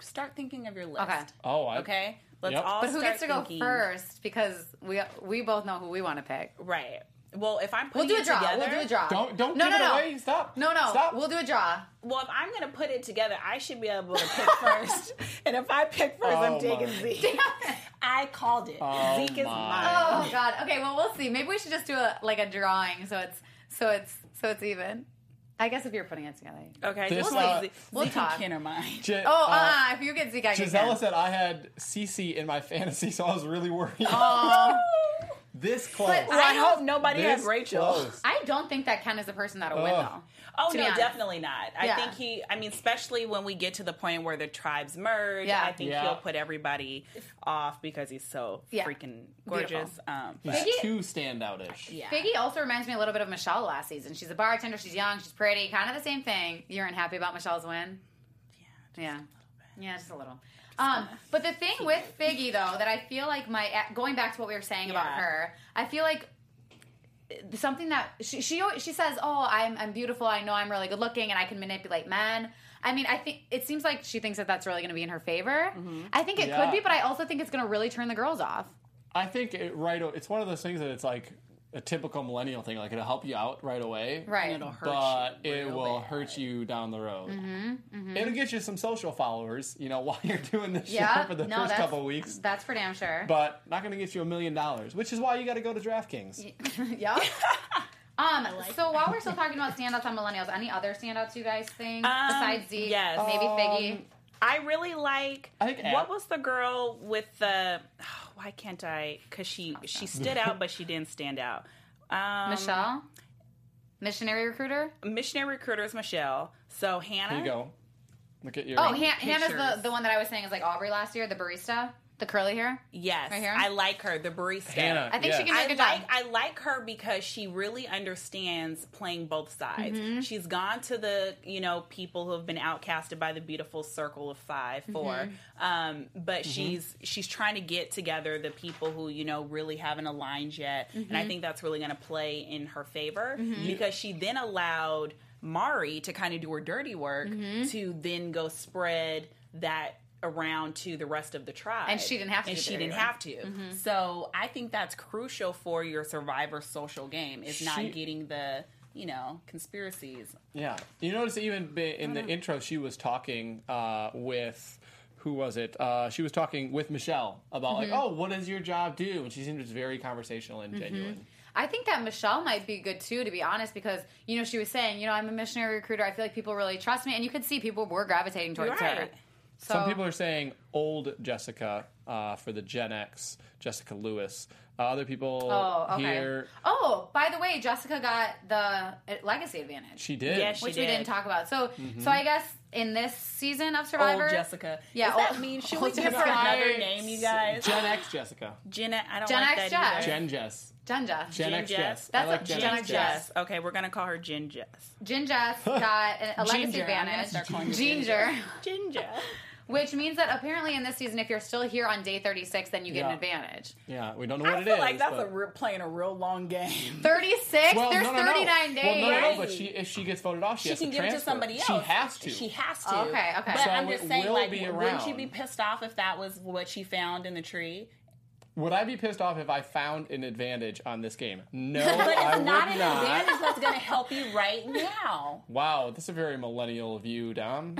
Speaker 4: start thinking of your list.
Speaker 1: Mm-hmm. Okay.
Speaker 3: oh, I,
Speaker 4: Okay? Let's
Speaker 3: Yep.
Speaker 4: all
Speaker 1: But who
Speaker 4: start
Speaker 1: gets to go
Speaker 4: thinking-
Speaker 1: first? Because we we both know who we want to pick.
Speaker 4: Right. Well, if I'm
Speaker 1: We'll
Speaker 4: putting
Speaker 1: do a
Speaker 4: it
Speaker 1: draw.
Speaker 4: together,
Speaker 1: We'll do a draw.
Speaker 3: Don't don't
Speaker 1: no,
Speaker 3: give
Speaker 1: no,
Speaker 3: it
Speaker 1: no.
Speaker 3: away. Stop.
Speaker 1: No, no.
Speaker 3: Stop.
Speaker 1: We'll do a draw.
Speaker 4: Well, if I'm gonna put it together, I should be able to pick first. and if I pick first,
Speaker 3: Oh,
Speaker 4: I'm taking
Speaker 3: my. Oh
Speaker 4: Zeke. I called it. Zeke is
Speaker 3: my.
Speaker 1: Oh
Speaker 4: mine.
Speaker 1: God. Okay. Well, we'll see. Maybe we should just do a like a drawing, so it's so it's so it's even. I guess if you're putting it together. you-
Speaker 4: Okay,
Speaker 3: This,
Speaker 4: we'll,
Speaker 3: uh,
Speaker 4: see.
Speaker 1: We'll
Speaker 4: Zeke
Speaker 1: talk.
Speaker 4: Kinner mine.
Speaker 3: Gi-
Speaker 1: Oh,
Speaker 3: uh,
Speaker 1: uh, if you get Zeke, I get
Speaker 3: Gisella
Speaker 1: Ken.
Speaker 3: said I had CC in my fantasy, so I was really worried. this close.
Speaker 1: But
Speaker 4: I,
Speaker 1: I don't-
Speaker 4: hope nobody
Speaker 3: This
Speaker 4: has Rachel.
Speaker 3: close.
Speaker 1: I don't think that Ken is a person that'll win
Speaker 3: Oh.
Speaker 1: though.
Speaker 4: Oh
Speaker 1: to
Speaker 4: no,
Speaker 1: be honest.
Speaker 4: definitely not. I
Speaker 1: Yeah.
Speaker 4: think he. I mean, especially when we get to the point where the tribes merge.
Speaker 1: Yeah.
Speaker 4: I think
Speaker 3: Yeah.
Speaker 4: he'll put everybody off because he's so
Speaker 1: Yeah.
Speaker 4: freaking
Speaker 1: Beautiful.
Speaker 4: gorgeous. Um, but-
Speaker 3: He's
Speaker 1: Biggie-
Speaker 3: too standoutish.
Speaker 4: yeah.
Speaker 1: Biggie also reminds me a little bit of Michelle last season. She's a bartender. She's young. She's pretty. Kind of the same thing. You weren't happy about Michelle's win. Yeah. Yeah, just a little. Um, but the thing with Figgy though that I feel like my uh, going back to what we were saying about
Speaker 4: Yeah.
Speaker 1: her, I feel like something that she she always- she says, "Oh, I'm I'm beautiful. I know I'm really good looking, and I can manipulate men." I mean, I think it seems like she thinks that that's really going to be in her favor. I think it
Speaker 3: Yeah.
Speaker 1: could be, but I also think it's going to really turn the girls off.
Speaker 3: I think it right. o- It's one of those things that it's like a typical millennial thing. Like it'll help you out right away,
Speaker 1: Right.
Speaker 4: it'll hurt
Speaker 3: But
Speaker 4: you
Speaker 3: it
Speaker 4: real
Speaker 3: will
Speaker 4: bad.
Speaker 3: hurt you down the road.
Speaker 1: Mm-hmm,
Speaker 3: It'll get you some social followers, you know, while you're doing this
Speaker 1: Yeah.
Speaker 3: show for the
Speaker 1: no,
Speaker 3: first
Speaker 1: that's,
Speaker 3: couple weeks.
Speaker 1: That's for damn sure.
Speaker 3: but not going to get you a million dollars, which is why you got to go to DraftKings.
Speaker 1: yeah. Um, so while we're still talking about standouts on millennials, any other standouts you guys think besides Zeke?
Speaker 4: Um, yes.
Speaker 1: Maybe Figgy.
Speaker 4: I really like.
Speaker 3: I think
Speaker 4: what
Speaker 3: Ab-
Speaker 4: was the girl with the? oh, why can't I? Because she she stood out, but she didn't stand out. Um,
Speaker 1: Michelle? Missionary recruiter?
Speaker 4: missionary recruiter is Michelle. So Hannah.
Speaker 3: Here you go. Look at your.
Speaker 1: Oh, Han- Hannah's the,
Speaker 4: pictures.
Speaker 1: the one that I was saying is like Aubrey last year, the barista, the curly hair.
Speaker 4: Yes,
Speaker 1: Right here?
Speaker 4: I like her. The barista.
Speaker 3: Hannah.
Speaker 1: I think she
Speaker 3: Yeah.
Speaker 1: can
Speaker 4: I
Speaker 1: make a
Speaker 4: like
Speaker 1: job.
Speaker 4: I like her because she really understands playing both sides.
Speaker 1: Mm-hmm.
Speaker 4: She's gone to the you know people who have been outcasted by the beautiful circle of 5
Speaker 1: Mm-hmm.
Speaker 4: for, um, but she's she's trying to get together the people who you know really haven't aligned yet, and
Speaker 1: Mm-hmm.
Speaker 4: I think that's really going to play in her favor because she then allowed Mari to kind of do her dirty work
Speaker 1: Mm-hmm.
Speaker 4: to then go spread that around to the rest of the tribe
Speaker 1: And she didn't have to
Speaker 4: and
Speaker 1: do
Speaker 4: she
Speaker 1: the
Speaker 4: didn't
Speaker 1: dirty work.
Speaker 4: have to. So I think that's crucial for your survivor social game is not
Speaker 3: She-
Speaker 4: getting the you know conspiracies.
Speaker 3: Yeah, you notice even ba- in
Speaker 4: Oh,
Speaker 3: the intro, she was talking uh, with who was it? Uh, she was talking with Michelle about
Speaker 4: Mm-hmm.
Speaker 3: like, oh, what does your job do? And she seemed just very conversational and genuine.
Speaker 1: I think that Michelle might be good too, to be honest, because you know she was saying, you know, I'm a missionary recruiter. I feel like people really trust me, and you could see people were gravitating towards her.
Speaker 4: Right.
Speaker 1: So
Speaker 4: Oh.
Speaker 3: Some people are saying old Jessica uh, for the Gen X, Jessica Lewis. Uh, other people
Speaker 1: oh, okay.
Speaker 3: here,
Speaker 1: Oh, by the way, Jessica got the uh, legacy advantage.
Speaker 3: she did.
Speaker 4: Yeah, she
Speaker 1: which
Speaker 4: did. Mm-hmm.
Speaker 1: we didn't talk about. So, so I guess in this season of Survivor,
Speaker 4: Old Jessica.
Speaker 1: Yeah,
Speaker 4: Does that
Speaker 1: old-
Speaker 4: mean should
Speaker 1: old
Speaker 4: we give her
Speaker 1: Jessica.
Speaker 4: another name, you guys?
Speaker 3: Gen X Jessica,
Speaker 4: Jenna. I don't
Speaker 1: Gen
Speaker 4: like
Speaker 1: X
Speaker 4: that
Speaker 1: Jess.
Speaker 4: either.
Speaker 3: Gen Jess,
Speaker 1: Jenja,
Speaker 3: Gen, X
Speaker 4: Jess.
Speaker 3: Jess.
Speaker 1: That's
Speaker 3: I like
Speaker 1: a-
Speaker 3: Gen,
Speaker 1: Gen
Speaker 3: X
Speaker 4: Jen
Speaker 1: Jess.
Speaker 4: Jess. Okay, we're gonna call her Jen Jess.
Speaker 1: Gin Jess got a, a legacy
Speaker 4: Ginger. I'm gonna start calling you
Speaker 1: advantage.
Speaker 4: Ginger.
Speaker 1: Ginger,
Speaker 4: Ginger.
Speaker 1: which means that apparently in this season, if you're still here on day 36, then you get an
Speaker 3: Yeah.
Speaker 1: advantage.
Speaker 3: Yeah, we don't know what
Speaker 4: I
Speaker 3: it
Speaker 4: feel
Speaker 3: is,
Speaker 4: like that's
Speaker 3: but-
Speaker 4: a real, playing a real long game.
Speaker 1: 36?
Speaker 3: Well,
Speaker 1: There's
Speaker 3: no, no, no.
Speaker 1: 39 days.
Speaker 3: Well, no, no, no,
Speaker 4: Right.
Speaker 3: but she, if she gets voted off, she,
Speaker 4: She
Speaker 3: has
Speaker 4: can
Speaker 3: to
Speaker 4: give it to
Speaker 3: transfer.
Speaker 4: somebody else.
Speaker 3: She has to.
Speaker 4: She has to.
Speaker 1: Okay, okay.
Speaker 4: But
Speaker 1: So
Speaker 4: I'm
Speaker 3: it
Speaker 4: just saying,
Speaker 3: will
Speaker 4: like,
Speaker 3: be
Speaker 4: wouldn't you
Speaker 3: around.
Speaker 4: be pissed off if that was what she found in the tree?
Speaker 3: Would I be pissed off if I found an advantage on this game? No,
Speaker 4: But it's
Speaker 3: I would
Speaker 4: not an
Speaker 3: not.
Speaker 4: advantage that's going to help you right now.
Speaker 3: Wow, that's a very millennial view, Dom.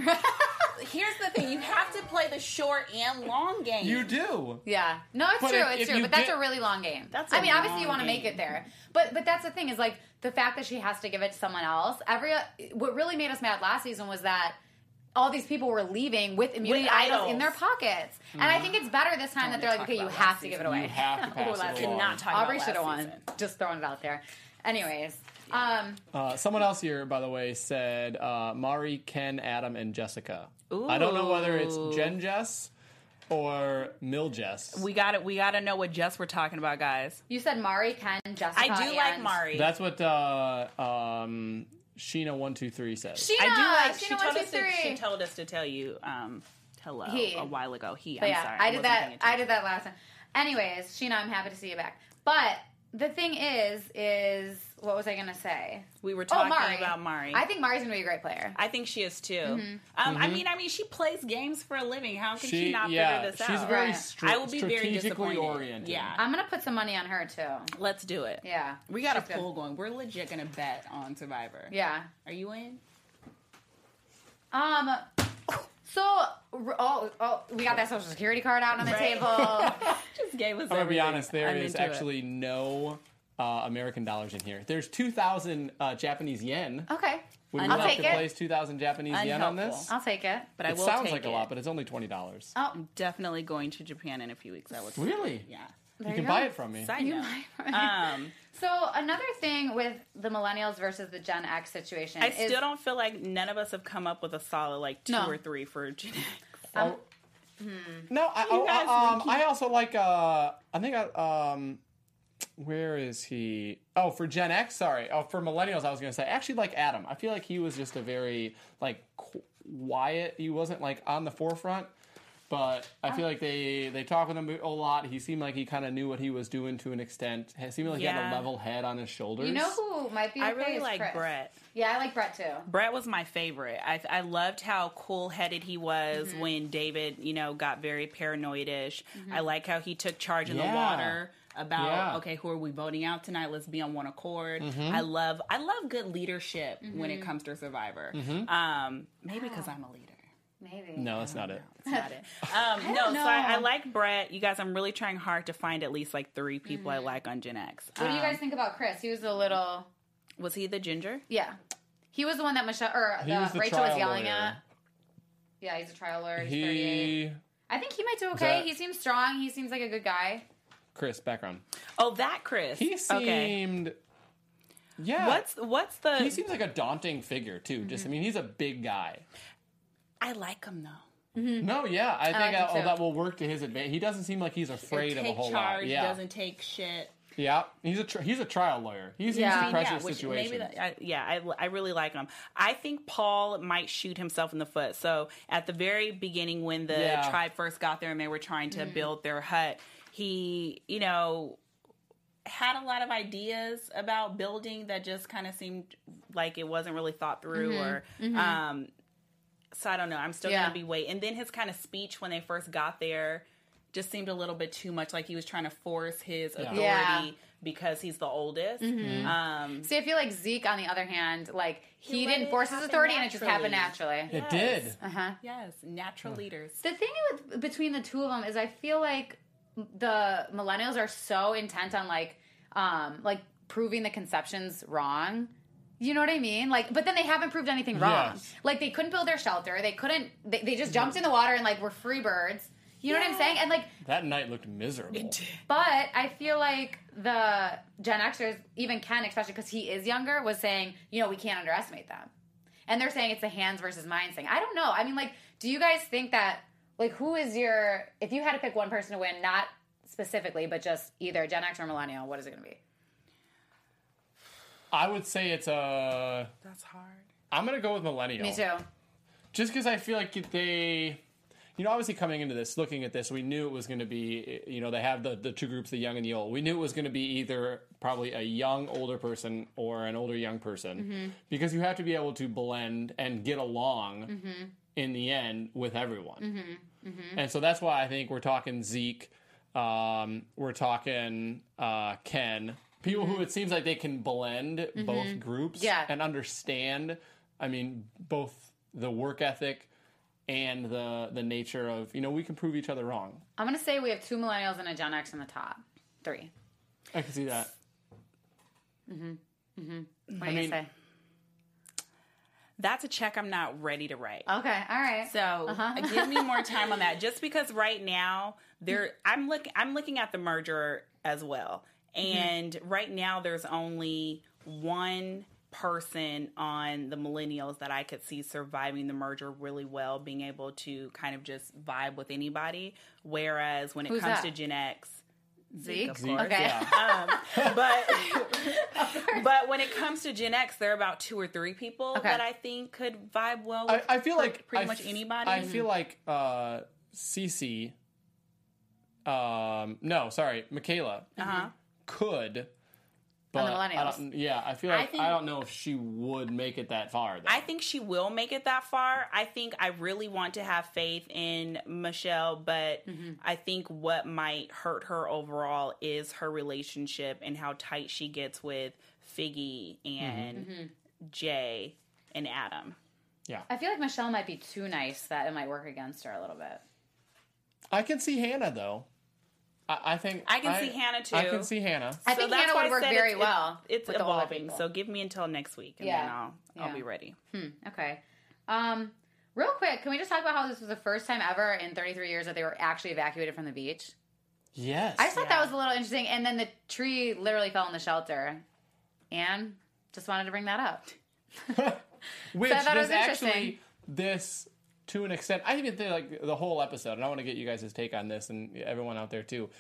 Speaker 4: Here's the thing: you have to play the short and long game.
Speaker 3: you do.
Speaker 1: Yeah. No, it's
Speaker 3: But
Speaker 1: true.
Speaker 3: if-
Speaker 1: it's
Speaker 3: if
Speaker 1: true.
Speaker 3: you
Speaker 1: But that's
Speaker 3: get-
Speaker 1: a really long game.
Speaker 4: That's
Speaker 1: I
Speaker 4: a
Speaker 1: mean, obviously you
Speaker 4: long
Speaker 1: want to make
Speaker 4: game.
Speaker 1: it there. But but that's the thing is like the fact that she has to give it to someone else. Every what really made us mad last season was that all these people were leaving with immunity
Speaker 4: With
Speaker 1: idols.
Speaker 4: idols.
Speaker 1: in their pockets. And I think it's better this time that they're like,
Speaker 4: talk
Speaker 1: okay, you
Speaker 4: about
Speaker 1: have
Speaker 4: last
Speaker 1: to give it
Speaker 4: season.
Speaker 1: away.
Speaker 3: You have to pass
Speaker 1: last
Speaker 3: it along.
Speaker 4: cannot talk
Speaker 1: Aubrey
Speaker 4: about
Speaker 1: should have
Speaker 4: last
Speaker 1: won.
Speaker 4: season.
Speaker 1: Just throwing it out there. Anyways, um,
Speaker 3: Uh, someone else here, by the way, said uh, Mari, Ken, Adam, and Jessica. I don't know whether it's Gen Jess or Mil Jess.
Speaker 4: We got it. We got to know what Jess we're talking about, guys.
Speaker 1: you said Mari, Ken, Jessica.
Speaker 4: I do like
Speaker 1: and-
Speaker 4: Mari.
Speaker 3: That's what uh, um, Sheena one two three says.
Speaker 1: Sheena,
Speaker 4: I do like.
Speaker 1: Sheena,
Speaker 4: She
Speaker 1: one,
Speaker 4: told,
Speaker 1: two,
Speaker 4: us to, she
Speaker 1: three.
Speaker 4: told us to tell you um, hello
Speaker 1: He.
Speaker 4: a while ago. He.
Speaker 1: But
Speaker 4: I'm
Speaker 1: yeah,
Speaker 4: sorry.
Speaker 1: I did
Speaker 4: wasn't
Speaker 1: that.
Speaker 4: paying
Speaker 1: I
Speaker 4: attention.
Speaker 1: did that last time. Anyways, Sheena, I'm happy to see you back. But the thing is, is what was I gonna say?
Speaker 4: We were talking
Speaker 1: Oh, Mari.
Speaker 4: about Mari.
Speaker 1: I think Mm-hmm. Mari's gonna be a great player.
Speaker 4: I think she is too. Um, I
Speaker 3: Mm-hmm.
Speaker 4: mean, I mean, she plays games for a living. How can she, not figure this
Speaker 3: she's
Speaker 4: out?
Speaker 3: very
Speaker 1: Right.
Speaker 3: stra-
Speaker 4: I will be very
Speaker 3: strategically
Speaker 4: disappointed.
Speaker 3: oriented.
Speaker 4: Yeah.
Speaker 1: I'm gonna put some money on her too.
Speaker 4: Let's do it.
Speaker 1: Yeah,
Speaker 4: We got a
Speaker 1: She's good.
Speaker 4: pool going. We're legit gonna bet on Survivor.
Speaker 1: Yeah.
Speaker 4: Are you in?
Speaker 1: Um. So, r- oh, oh, we got that social security card out on the table.
Speaker 4: Just gave us.
Speaker 3: I'm gonna be
Speaker 4: everything.
Speaker 3: honest. There
Speaker 4: I'm
Speaker 3: is
Speaker 4: into it.
Speaker 3: actually no uh, American dollars in here. There's 2,000 uh, Japanese yen.
Speaker 1: okay,
Speaker 3: Would you
Speaker 1: I'll
Speaker 3: like
Speaker 1: take
Speaker 3: to
Speaker 1: it.
Speaker 3: place 2,000 Japanese yen on
Speaker 4: Unhelpful.
Speaker 3: this?
Speaker 1: I'll take it.
Speaker 4: but I
Speaker 3: it
Speaker 4: will
Speaker 3: sounds
Speaker 4: take
Speaker 3: like a lot, but it's only twenty dollars.
Speaker 1: Oh,
Speaker 4: definitely going to Japan in a few weeks. I would say.
Speaker 3: Really?
Speaker 4: Yeah.
Speaker 3: you
Speaker 1: you
Speaker 3: can
Speaker 1: go.
Speaker 3: buy it from me.
Speaker 4: Side note. Um,
Speaker 1: so another thing with the millennials versus the Gen X situation
Speaker 4: I
Speaker 1: is
Speaker 4: still don't feel like none of us have come up with a solid like two
Speaker 1: No.
Speaker 4: or three for Gen X.
Speaker 3: Oh. No, I, oh,
Speaker 4: guys
Speaker 3: I- um,
Speaker 4: would keep-
Speaker 3: I also like. Uh, I think. I, um, where is he? Oh, for Gen X. Sorry. Oh, for millennials, I was gonna say. I actually like Adam. I feel like he was just a very like quiet. He wasn't like on the forefront. But I feel like they they talk with him a lot. He seemed like he kind of knew what he was doing to an extent. It seemed like he had a
Speaker 4: Yeah.
Speaker 3: level head on his shoulders.
Speaker 1: You know who might be?
Speaker 4: I
Speaker 1: okay
Speaker 4: really
Speaker 1: is
Speaker 4: like
Speaker 1: Chris.
Speaker 4: Brett.
Speaker 1: Yeah, I like Brett too.
Speaker 4: Brett was my favorite. I, I loved how cool headed he was
Speaker 1: Mm-hmm.
Speaker 4: when David, you know, got very paranoid ish. I like how he took charge in
Speaker 3: Yeah.
Speaker 4: the water about
Speaker 3: Yeah. Mm-hmm.
Speaker 4: okay, who are we voting out tonight? Let's be on one accord. I love I love good leadership
Speaker 1: Mm-hmm.
Speaker 4: when it comes to Survivor.
Speaker 3: Mm-hmm.
Speaker 4: Um, maybe because I'm a leader.
Speaker 1: Maybe.
Speaker 3: No, that's not it.
Speaker 4: That's not it. Um, no,
Speaker 1: don't
Speaker 4: so I, I
Speaker 1: know.
Speaker 4: like Brett. You guys, I'm really trying hard to find at least like three people I like on Gen X.
Speaker 1: What do you
Speaker 4: Um,
Speaker 1: guys think about Chris? He was a little.
Speaker 4: Was he the ginger?
Speaker 1: Yeah, he was the one that Michelle or
Speaker 3: He
Speaker 1: the,
Speaker 3: was the
Speaker 1: Rachel was
Speaker 3: trial
Speaker 1: yelling
Speaker 3: lawyer.
Speaker 1: at. Yeah, he's a trial lawyer. He's 38.
Speaker 3: He
Speaker 1: I think he might do okay.
Speaker 3: that-
Speaker 1: He seems strong. He seems like a good guy.
Speaker 3: Chris background.
Speaker 4: Oh, that Chris.
Speaker 3: He seemed. Yeah.
Speaker 4: What's what's the?
Speaker 3: He seems like a daunting figure too. Just, I
Speaker 4: Mm-hmm.
Speaker 3: mean, he's a big guy.
Speaker 4: I like him though. Mm-hmm.
Speaker 3: No, yeah, I think,
Speaker 1: him
Speaker 3: uh,
Speaker 1: too.
Speaker 3: that will work to his advantage. He doesn't seem like he's afraid of a
Speaker 4: take
Speaker 3: whole
Speaker 4: charge,
Speaker 3: lot. Yeah,
Speaker 4: doesn't take shit.
Speaker 3: yeah, he's a tr- he's a trial lawyer. He's
Speaker 1: Yeah.
Speaker 3: used
Speaker 1: I
Speaker 3: to
Speaker 1: mean,
Speaker 3: pressure
Speaker 4: which
Speaker 3: situations.
Speaker 4: that, I, yeah, I, I really like him. I think Paul might shoot himself in the foot. So at the very beginning, when the
Speaker 3: Yeah.
Speaker 4: tribe first got there and they were trying to
Speaker 1: Mm-hmm.
Speaker 4: build their hut, he, you know, had a lot of ideas about building that just kind of seemed like it wasn't really thought through or. Um, so I don't know. I'm still
Speaker 1: Mm-hmm. Yeah.
Speaker 4: gonna be waiting. And then his kind of speech when they first got there just seemed a little bit too much. Like he was trying to force his authority
Speaker 1: Yeah. Mm-hmm.
Speaker 4: because he's the oldest. Um,
Speaker 1: See, I feel like Zeke, on the other hand, like he,
Speaker 4: let
Speaker 1: didn't
Speaker 4: it
Speaker 1: force his
Speaker 4: happen
Speaker 1: authority, and it just happened
Speaker 4: naturally.
Speaker 1: naturally.
Speaker 3: it did.
Speaker 4: yes, natural leaders.
Speaker 1: The thing with, between the two of them is, I feel like the millennials are so intent on like, um, like proving the conceptions wrong. You know what I mean? Like, but then they haven't proved anything wrong.
Speaker 3: Yes.
Speaker 1: Like they couldn't build their shelter. They couldn't. They, they just jumped in the water and like were free birds. You know what I'm saying? And like
Speaker 3: That night looked miserable. It did.
Speaker 1: But I feel like the Gen Xers, even Ken, especially because he is younger, was saying, you know, we can't underestimate them. And they're saying it's a hands versus minds thing. I don't know. I mean, like, do you guys think that, like, who is your, if you had to pick one person to win, not specifically, but just either Gen X or Millennial, what is it going to be?
Speaker 3: I would say it's a.
Speaker 4: That's hard.
Speaker 3: I'm gonna go with millennial.
Speaker 1: Me too.
Speaker 3: just because I feel like they, you know, obviously coming into this, looking at this, we knew it was going to be, you know, they have the, the two groups, the young and the old. We knew it was going to be either probably a young older person or an older young person because you have to be able to blend and get along in the end with everyone. And so that's why I think we're talking Zeke, um, we're talking uh, Ken, people who it seems like they can blend both groups
Speaker 1: Yeah.
Speaker 3: and understand. I mean, both the work ethic and the the nature of you know we can prove each other wrong.
Speaker 1: I'm going to say we have two Millennials and a Gen X in the top three.
Speaker 3: I can see that.
Speaker 1: What do you
Speaker 3: mean-
Speaker 1: going to say?
Speaker 4: That's a check I'm not ready to write.
Speaker 1: Okay, all right.
Speaker 4: So
Speaker 1: uh-huh.
Speaker 4: uh, give me more time on that. Just because right now there, I'm looking. I'm looking at the merger as well,
Speaker 1: Mm-hmm.
Speaker 4: and right now there's only one person on the millennials that I could see surviving the merger really well, being able to kind of just vibe with anybody. Whereas when it
Speaker 1: Who's
Speaker 4: comes
Speaker 1: that?
Speaker 4: to Gen X,
Speaker 1: Zeke?
Speaker 4: of course.
Speaker 1: Okay.
Speaker 3: Yeah.
Speaker 4: but but when it comes to Gen X, there are about two or three people
Speaker 1: Okay.
Speaker 4: that I think could vibe well.
Speaker 3: I,
Speaker 4: With
Speaker 3: I feel
Speaker 4: pre-
Speaker 3: like
Speaker 4: pretty
Speaker 3: I
Speaker 4: much
Speaker 3: f-
Speaker 4: anybody. Mm-hmm.
Speaker 3: I feel like uh, Cece, um, no, sorry, Michaela
Speaker 4: Uh-huh.
Speaker 3: could. But I
Speaker 1: millennials.
Speaker 3: don't, yeah, I feel like I,
Speaker 4: think-
Speaker 3: don't know if she would make it that far. Though.
Speaker 4: I think she will make it that far. I think I really want to have faith in Michelle, but
Speaker 1: Mm-hmm.
Speaker 4: I think what might hurt her overall is her relationship and how tight she
Speaker 1: Mm-hmm.
Speaker 4: gets with Figgy and Jay and Adam.
Speaker 3: Yeah.
Speaker 1: I feel like Michelle might be too nice that it might work against her a little bit.
Speaker 3: I can see Hannah though. I, I think
Speaker 4: I can see Hannah,
Speaker 3: I
Speaker 4: too.
Speaker 3: can see Hannah.
Speaker 1: I think Hannah
Speaker 4: why
Speaker 1: would
Speaker 4: I
Speaker 1: work
Speaker 4: said
Speaker 1: very
Speaker 4: it's-
Speaker 1: well.
Speaker 4: It's,
Speaker 1: with
Speaker 4: it's
Speaker 1: the older
Speaker 4: evolving,
Speaker 1: people.
Speaker 4: so give me until next week, and then
Speaker 1: Yeah.
Speaker 4: I'll I'll be
Speaker 1: Yeah.
Speaker 4: ready.
Speaker 1: Okay. Um, real quick, can we just talk about how this was the first time ever in 33 years that they were actually evacuated from the beach?
Speaker 3: Yes.
Speaker 1: I just thought that was a little interesting. And then the tree literally fell in the shelter. And just wanted to bring that up.
Speaker 3: Which
Speaker 1: So I thought it
Speaker 3: is
Speaker 1: was interesting.
Speaker 3: actually this to an extent. I even think like the whole episode, and I want to get you guys' take on this and everyone out there too.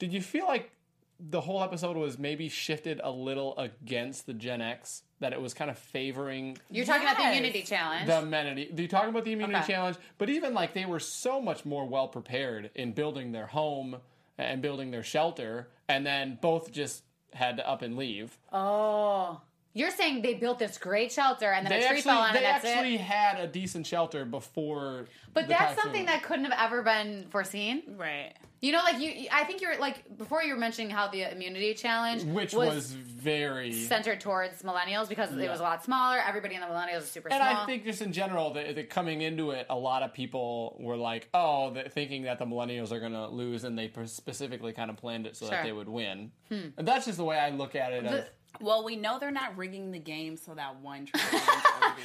Speaker 3: Did you feel like the whole episode was maybe shifted a little against the Gen X? That it was kind of favoring
Speaker 1: You're talking about
Speaker 4: Yes.
Speaker 1: the Unity Challenge.
Speaker 3: the amenity. You're talking about the immunity
Speaker 1: Okay.
Speaker 3: challenge, but even like they were so much more well prepared in building their home and building their shelter, and then both just had to up and leave.
Speaker 1: oh. You're saying they built this great shelter and then
Speaker 3: they
Speaker 1: a tree
Speaker 3: actually,
Speaker 1: fell on it.
Speaker 3: they
Speaker 1: That's
Speaker 3: actually
Speaker 1: it.
Speaker 3: had a decent shelter before.
Speaker 1: But
Speaker 3: the
Speaker 1: that's
Speaker 3: typhoon.
Speaker 1: something that couldn't have ever been foreseen.
Speaker 4: Right.
Speaker 1: You know, like you, I think you're like before you were mentioning how the immunity challenge,
Speaker 3: which was, very.
Speaker 1: centered towards millennials because it was a lot smaller. Everybody in the millennials is super
Speaker 3: and
Speaker 1: small.
Speaker 3: I think just in general, that that coming into it, a lot of people were like, "Oh, that thinking that the millennials are going to lose," and they specifically kind of planned it so
Speaker 1: Sure. Hmm.
Speaker 3: that they would win. And that's just the way I look at it. of-
Speaker 4: Well, we know they're not rigging the game so that one tree lands over the other.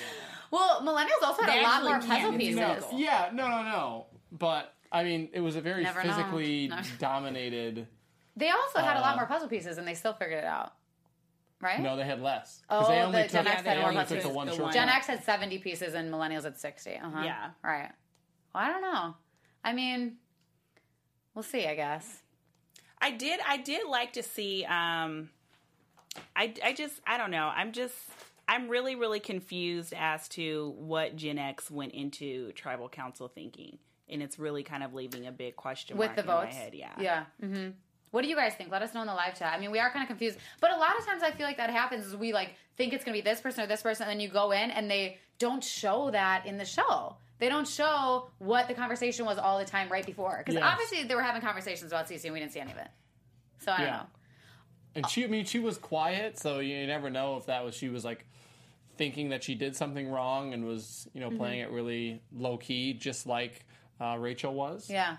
Speaker 1: well, millennials also had
Speaker 4: They
Speaker 1: a lot
Speaker 4: actually
Speaker 1: more
Speaker 4: can.
Speaker 1: puzzle
Speaker 4: It's
Speaker 1: pieces.
Speaker 4: illegal.
Speaker 3: Yeah, no, no, no. But I mean, it was a very
Speaker 1: Never know.
Speaker 3: physically
Speaker 1: No.
Speaker 3: dominated.
Speaker 1: They also had a lot more puzzle pieces, and they still figured it out, right?
Speaker 3: No, they had less
Speaker 1: Oh,
Speaker 3: because they only
Speaker 1: the
Speaker 3: took,
Speaker 1: Gen X
Speaker 3: they
Speaker 1: had more
Speaker 3: only
Speaker 1: puzzles.
Speaker 3: took the one
Speaker 4: The
Speaker 3: short.
Speaker 4: one-
Speaker 1: Gen
Speaker 3: cut.
Speaker 1: X had seventy pieces, and millennials had 60 Uh-huh.
Speaker 4: Yeah.
Speaker 1: right. Well, I don't know. I mean, we'll see. I guess.
Speaker 4: I did. I did like to see. Um, I I just I don't know. I'm just I'm really really confused as to what Gen X went into tribal council thinking, and it's really kind of leaving a big question
Speaker 1: with
Speaker 4: mark
Speaker 1: the
Speaker 4: in
Speaker 1: votes.
Speaker 4: my head. Yeah.
Speaker 1: Yeah. hmm What do you guys think? Let us know in the live chat. I mean, we are kind of confused, but a lot of times I feel like that happens is we like think it's going to be this person or this person, and then you go in and they don't show that in the show. They don't show what the conversation was all the time right before because
Speaker 3: Yes.
Speaker 1: obviously they were having conversations about CC and we didn't see any of it. So I don't
Speaker 3: Yeah.
Speaker 1: know.
Speaker 3: And she, I mean, she was quiet, so you never know if that was she was like thinking that she did something wrong and was you know playing it really low key, just like uh, Rachel was.
Speaker 1: Yeah,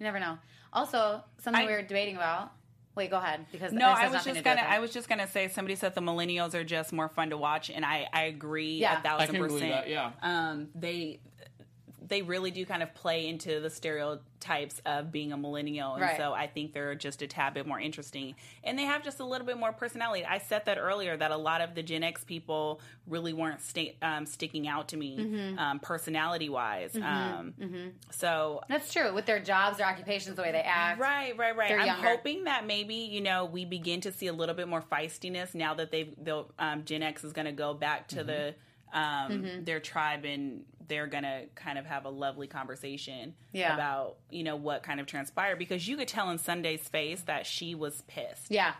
Speaker 1: you never know. Also, something
Speaker 4: I-
Speaker 1: we were debating about. Wait, go ahead because
Speaker 4: No,
Speaker 1: this has
Speaker 4: I was
Speaker 1: nothing
Speaker 4: just
Speaker 1: to do with
Speaker 4: gonna.
Speaker 1: it.
Speaker 4: I was just gonna say. Somebody said the millennials are just more fun to watch, and I I agree
Speaker 1: Yeah.
Speaker 4: a
Speaker 3: I
Speaker 4: thousand
Speaker 3: can believe
Speaker 4: percent.
Speaker 3: that. Yeah,
Speaker 4: um, they they really do kind of play into the stereotypes of being a millennial, and
Speaker 1: Right.
Speaker 4: so I think they're just a tad bit more interesting, and they have just a little bit more personality. I said that earlier that a lot of the Gen X people really weren't sta- um, sticking out to me um, personality wise. Um, So
Speaker 1: That's true with their jobs, their occupations, the way they act.
Speaker 4: Right, right, right.
Speaker 1: They're
Speaker 4: I'm
Speaker 1: younger.
Speaker 4: hoping that maybe you know we begin to see a little bit more feistiness now that they've they'll, um, Gen X is going to go back to the
Speaker 1: Mm-hmm.
Speaker 4: um, their tribe and they're going to kind of have a lovely conversation
Speaker 1: Yeah.
Speaker 4: about you know what kind of transpired because you could tell in Sunday's face that she was pissed.
Speaker 1: Yeah.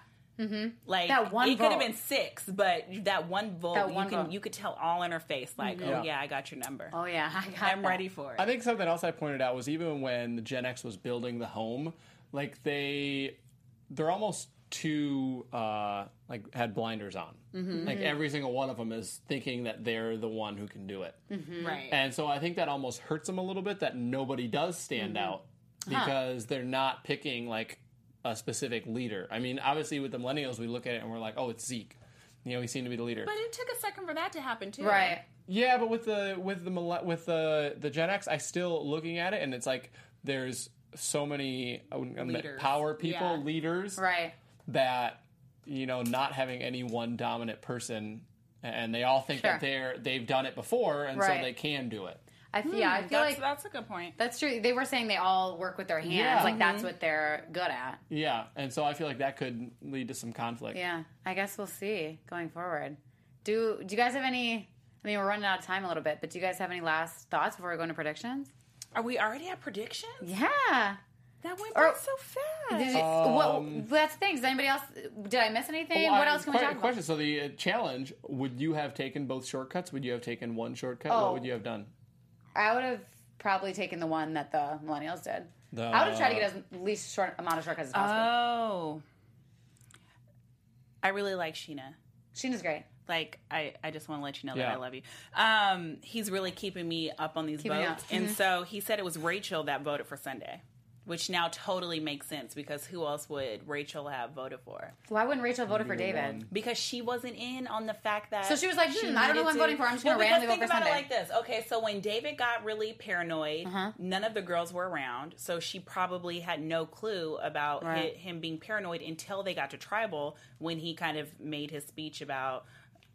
Speaker 4: Like
Speaker 1: That one
Speaker 4: it could have
Speaker 1: vote.
Speaker 4: been six, but that one vote
Speaker 1: That
Speaker 4: you
Speaker 1: one
Speaker 4: can
Speaker 1: vote. Mm-hmm.
Speaker 4: you could tell all in her face like oh yeah I got your number
Speaker 1: Oh yeah, I got
Speaker 4: I'm
Speaker 1: that.
Speaker 4: ready for it.
Speaker 3: I think something else I pointed out was even when the Gen X was building the home, like they they're almost too uh, like had blinders on. Like every single one of them is thinking that they're the one who can do it,
Speaker 4: right.
Speaker 3: and so I think that almost hurts them a little bit that nobody does stand out because they're not picking like a specific leader. I mean, obviously with the millennials, we look at it and we're like, oh, it's Zeke. You know, he seemed to be the leader.
Speaker 4: but it took a second for that to happen too.
Speaker 1: Right.
Speaker 3: Yeah, but with the with the mille- with the the Gen X, I still looking at it, and it's like there's so many uh,
Speaker 4: Leaders.
Speaker 3: power people,
Speaker 4: Yeah.
Speaker 3: leaders,
Speaker 1: Right.
Speaker 3: that you know, not having any one dominant person, and they all think
Speaker 1: Sure.
Speaker 3: that they're they've done it before, and
Speaker 1: Right.
Speaker 3: so they can do it.
Speaker 1: I f- yeah, I feel
Speaker 4: Hmm. That's
Speaker 1: like
Speaker 4: that's a good point.
Speaker 1: that's true. They were saying they all work with their hands,
Speaker 3: Yeah.
Speaker 1: like that's what they're good at.
Speaker 3: Yeah, and so I feel like that could lead to some conflict.
Speaker 1: Yeah, I guess we'll see going forward. Do do you guys have any? I mean, we're running out of time a little bit, but do you guys have any last thoughts before we go into predictions?
Speaker 4: Are we already at predictions?
Speaker 1: Yeah.
Speaker 4: That went
Speaker 1: Or-
Speaker 4: by so fast.
Speaker 1: Did you, what, that's the thing. Does anybody else? Did I miss anything?
Speaker 3: Well,
Speaker 1: what
Speaker 3: Oh, I-
Speaker 1: else can we
Speaker 3: que-
Speaker 1: talk
Speaker 3: Question: So the uh, challenge: Would you have taken both shortcuts? Would you have taken one shortcut?
Speaker 1: Oh.
Speaker 3: What would you have done?
Speaker 1: about? I would have probably taken the one that the millennials did. I would have tried to get as least Oh.
Speaker 4: Uh,
Speaker 1: short amount of shortcuts as possible.
Speaker 4: Oh. I really like Sheena.
Speaker 1: Sheena's great.
Speaker 4: like I, I just want to let you know
Speaker 3: Yeah.
Speaker 4: that I love you. Um, he's really keeping me up on these
Speaker 1: Keeping you
Speaker 4: votes,
Speaker 1: up. Mm-hmm.
Speaker 4: and so he said it was Rachel that voted for Sunday, which now totally makes sense because who else would Rachel have voted for?
Speaker 1: Why wouldn't Rachel vote for David?
Speaker 4: Because she wasn't in on the fact that
Speaker 1: So she was like, hmm, I don't know who I'm
Speaker 4: needed
Speaker 1: voting for. I'm just gonna
Speaker 4: because
Speaker 1: randomly vote
Speaker 4: think
Speaker 1: for
Speaker 4: about it
Speaker 1: Sunday. Uh-huh.
Speaker 4: like this. Okay, so when David got really paranoid, none of the girls were around, so she probably had no clue about hi-
Speaker 1: Right.
Speaker 4: him being paranoid until they got to tribal when he kind of made his speech about,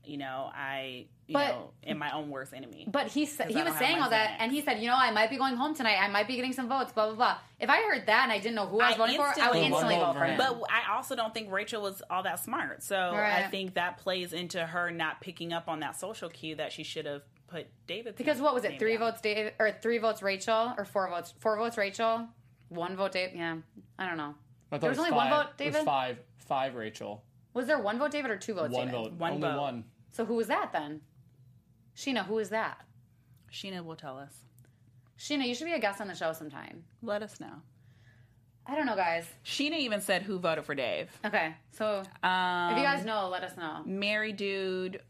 Speaker 4: you know, I, you
Speaker 1: But-
Speaker 4: know, am my own worst enemy.
Speaker 1: But he sa-
Speaker 4: 'Cause
Speaker 1: he
Speaker 4: I
Speaker 1: was
Speaker 4: don't have
Speaker 1: saying
Speaker 4: my
Speaker 1: all that,
Speaker 4: Xanax.
Speaker 1: and he said, you know, I might be going home tonight. I might be getting some votes. Blah blah blah. If I heard that and I didn't know who I was
Speaker 4: I
Speaker 1: voting for, I would
Speaker 4: instantly
Speaker 1: instantly
Speaker 3: vote
Speaker 1: vote
Speaker 3: for
Speaker 1: for him.
Speaker 3: him.
Speaker 4: But I also don't think Rachel was all that smart. So I
Speaker 1: Right.
Speaker 4: think that plays into her not picking up on that social cue that she should have put David.
Speaker 1: because what was it? Three votes David, or three votes Rachel, or four votes? Four votes Rachel, one vote David. Yeah, I don't know.
Speaker 3: I thought
Speaker 1: There was
Speaker 3: it
Speaker 1: only
Speaker 3: five.
Speaker 1: one vote,
Speaker 3: It
Speaker 1: David.
Speaker 3: was five. Five, Rachel.
Speaker 1: Was there one vote David or two votes?
Speaker 3: One
Speaker 1: David?
Speaker 3: vote.
Speaker 4: One
Speaker 3: Only
Speaker 4: vote.
Speaker 3: one.
Speaker 1: So who was that then? Sheena, who is that?
Speaker 4: Sheena will tell us.
Speaker 1: Sheena, you should be a guest on the show sometime.
Speaker 4: Let us know.
Speaker 1: I don't know, guys.
Speaker 4: Sheena even said who voted for Dave.
Speaker 1: Okay, so
Speaker 4: Um,
Speaker 1: if you guys know, let us know.
Speaker 4: Mary Dude,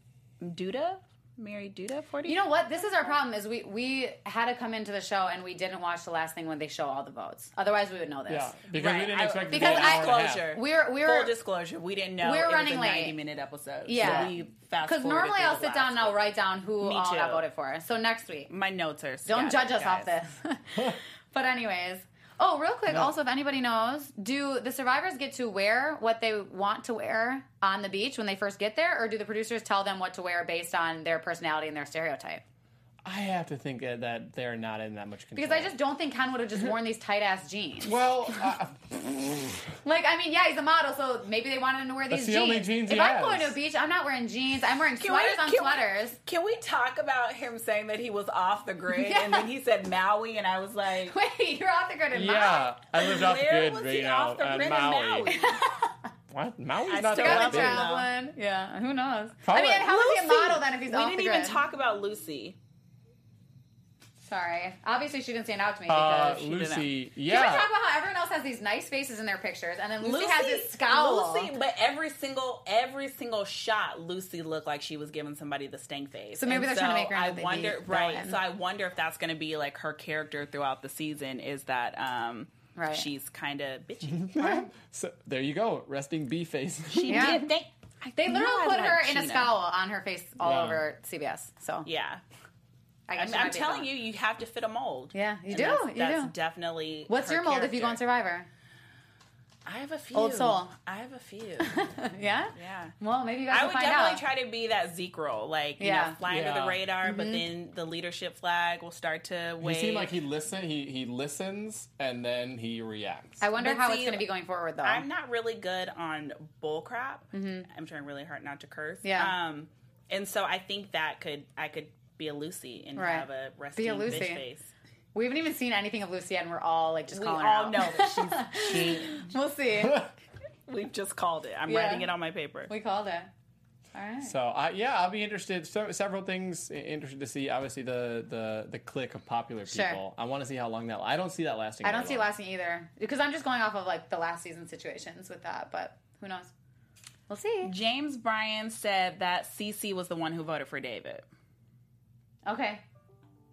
Speaker 4: Duda, Mary Duda, forty.
Speaker 1: You know what? This is our problem. Is we we had to come into the show and we didn't watch the last thing when they show all the votes. Otherwise, we would know this.
Speaker 3: Yeah, because we
Speaker 4: Right,
Speaker 3: didn't
Speaker 4: I-
Speaker 3: expect
Speaker 1: because
Speaker 3: to be an hour
Speaker 1: I-
Speaker 3: and a half.
Speaker 4: Closure.
Speaker 1: We're we're
Speaker 4: Full disclosure, we didn't know
Speaker 1: We're
Speaker 4: it was
Speaker 1: running
Speaker 4: a
Speaker 1: late.
Speaker 4: ninety-minute episode.
Speaker 1: Yeah.
Speaker 4: so we fast
Speaker 1: because
Speaker 4: forwarded
Speaker 1: normally
Speaker 4: through
Speaker 1: I'll
Speaker 4: the
Speaker 1: sit
Speaker 4: last
Speaker 1: down and I'll
Speaker 4: one.
Speaker 1: write down who
Speaker 4: Me
Speaker 1: all got
Speaker 4: too.
Speaker 1: voted for. So next week,
Speaker 4: My notes are.
Speaker 1: don't
Speaker 4: scattered,
Speaker 1: judge us off
Speaker 4: guys.
Speaker 1: this. but anyways. Oh, real quick. Also, if anybody knows, do the survivors get to wear what they want to wear on the beach when they first get there, or do the producers tell them what to wear based on their personality and their stereotype?
Speaker 3: I have to think that- that they're not in that much control.
Speaker 1: Because I just don't think Ken would have just worn these tight ass jeans.
Speaker 3: well, uh, I-
Speaker 1: Like, I mean, yeah, he's a model, so maybe they wanted him to wear these
Speaker 3: That's the
Speaker 1: jeans.
Speaker 3: only jeans
Speaker 1: if
Speaker 3: he
Speaker 1: I'm
Speaker 3: has.
Speaker 1: going to a beach, I'm not wearing jeans. I'm wearing
Speaker 4: we-
Speaker 1: sweaters on
Speaker 4: can we-
Speaker 1: sweaters.
Speaker 4: Can we talk about him saying that he was off the grid
Speaker 1: Yeah.
Speaker 4: and then he said Maui and I was like,
Speaker 1: Wait, you're off the grid in
Speaker 3: yeah, I lived off the
Speaker 4: where
Speaker 3: grid,
Speaker 4: was
Speaker 3: but,
Speaker 4: he
Speaker 3: you know,
Speaker 4: off the
Speaker 3: uh,
Speaker 4: grid in
Speaker 3: Maui.
Speaker 4: Maui?
Speaker 3: What? Maui's
Speaker 4: I
Speaker 3: not
Speaker 4: still
Speaker 3: that
Speaker 1: Gotta
Speaker 4: haven't
Speaker 3: big.
Speaker 4: traveled.
Speaker 1: traveling. Yeah, who knows? I
Speaker 3: Probably.
Speaker 1: mean, how is he a
Speaker 4: Lucy.
Speaker 1: model then if he's
Speaker 4: we
Speaker 1: off
Speaker 4: didn't
Speaker 1: the
Speaker 4: even
Speaker 1: grid?
Speaker 4: talk about Lucy.
Speaker 1: Sorry. Obviously, she didn't stand out to me
Speaker 3: Uh,
Speaker 1: because.
Speaker 3: Lucy,
Speaker 1: Can we
Speaker 3: yeah.
Speaker 1: talk about how everyone else has these nice faces in their pictures, and then Lucy, has this scowl.
Speaker 4: Lucy, but every single every single shot, Lucy looked like she was giving somebody the stink face.
Speaker 1: So maybe they're trying to make her
Speaker 4: I
Speaker 1: into the
Speaker 4: wonder,
Speaker 1: villain.
Speaker 4: right? So I wonder if that's going to be like her character throughout the season. Is that um,
Speaker 1: Right.
Speaker 4: She's kind of bitchy.
Speaker 3: So, there you go, resting B face.
Speaker 4: She
Speaker 1: Yeah.
Speaker 4: did. They, I
Speaker 1: They
Speaker 4: know
Speaker 1: literally
Speaker 4: I
Speaker 1: put
Speaker 4: like
Speaker 1: her in a
Speaker 4: Sheena.
Speaker 1: scowl on her face all
Speaker 3: Yeah.
Speaker 1: over CBS. So
Speaker 4: Yeah,
Speaker 1: I guess
Speaker 4: I'm,
Speaker 1: she
Speaker 4: I'm
Speaker 1: might be a
Speaker 4: telling
Speaker 1: villain.
Speaker 4: you, you have to fit a mold.
Speaker 1: Yeah, you
Speaker 4: And
Speaker 1: do,
Speaker 4: That's,
Speaker 1: you
Speaker 4: that's
Speaker 1: do.
Speaker 4: definitely.
Speaker 1: What's
Speaker 4: her
Speaker 1: your mold if you go on
Speaker 4: character.
Speaker 1: Survivor?
Speaker 4: I have a few.
Speaker 1: Old soul.
Speaker 4: I have a few.
Speaker 1: Yeah.
Speaker 4: Yeah.
Speaker 1: Well, maybe you guys
Speaker 4: I
Speaker 1: will
Speaker 4: would
Speaker 1: find
Speaker 4: definitely
Speaker 1: out.
Speaker 4: try to be that Zeke role, like you
Speaker 1: Yeah. Mm-hmm.
Speaker 4: know, fly under
Speaker 3: Yeah.
Speaker 4: the radar, but then the leadership flag will start to
Speaker 3: He
Speaker 4: wave.
Speaker 3: seemed like he listen. He he listens and then he reacts.
Speaker 1: I wonder
Speaker 4: But
Speaker 1: how
Speaker 4: see,
Speaker 1: it's going to be going forward, though.
Speaker 4: I'm not really good on bull crap. I'm trying really hard not to curse.
Speaker 1: Mm-hmm. Yeah.
Speaker 4: Um, and so I think that could I could be a Lucy and
Speaker 1: Right.
Speaker 4: have a resting
Speaker 1: Be a
Speaker 4: bitch
Speaker 1: Lucy.
Speaker 4: face.
Speaker 1: we haven't even seen anything of Lucy yet, and we're all like just
Speaker 4: We
Speaker 1: calling her
Speaker 4: all
Speaker 1: out.
Speaker 4: know that she's she.
Speaker 1: we'll see.
Speaker 4: We've just called it. I'm
Speaker 1: Yeah.
Speaker 4: writing it on my paper.
Speaker 1: We called it. All right.
Speaker 3: So I, yeah, I'll be interested. So, several things i- interested to see. Obviously, the the the click of popular people.
Speaker 1: Sure.
Speaker 3: I want to see how long that. I don't see that lasting.
Speaker 1: I don't
Speaker 3: very
Speaker 1: see
Speaker 3: long.
Speaker 1: lasting either because I'm just going off of like the last season situations with that, but who knows? We'll see.
Speaker 4: James Bryan said that Cece was the one who voted for David.
Speaker 1: Okay.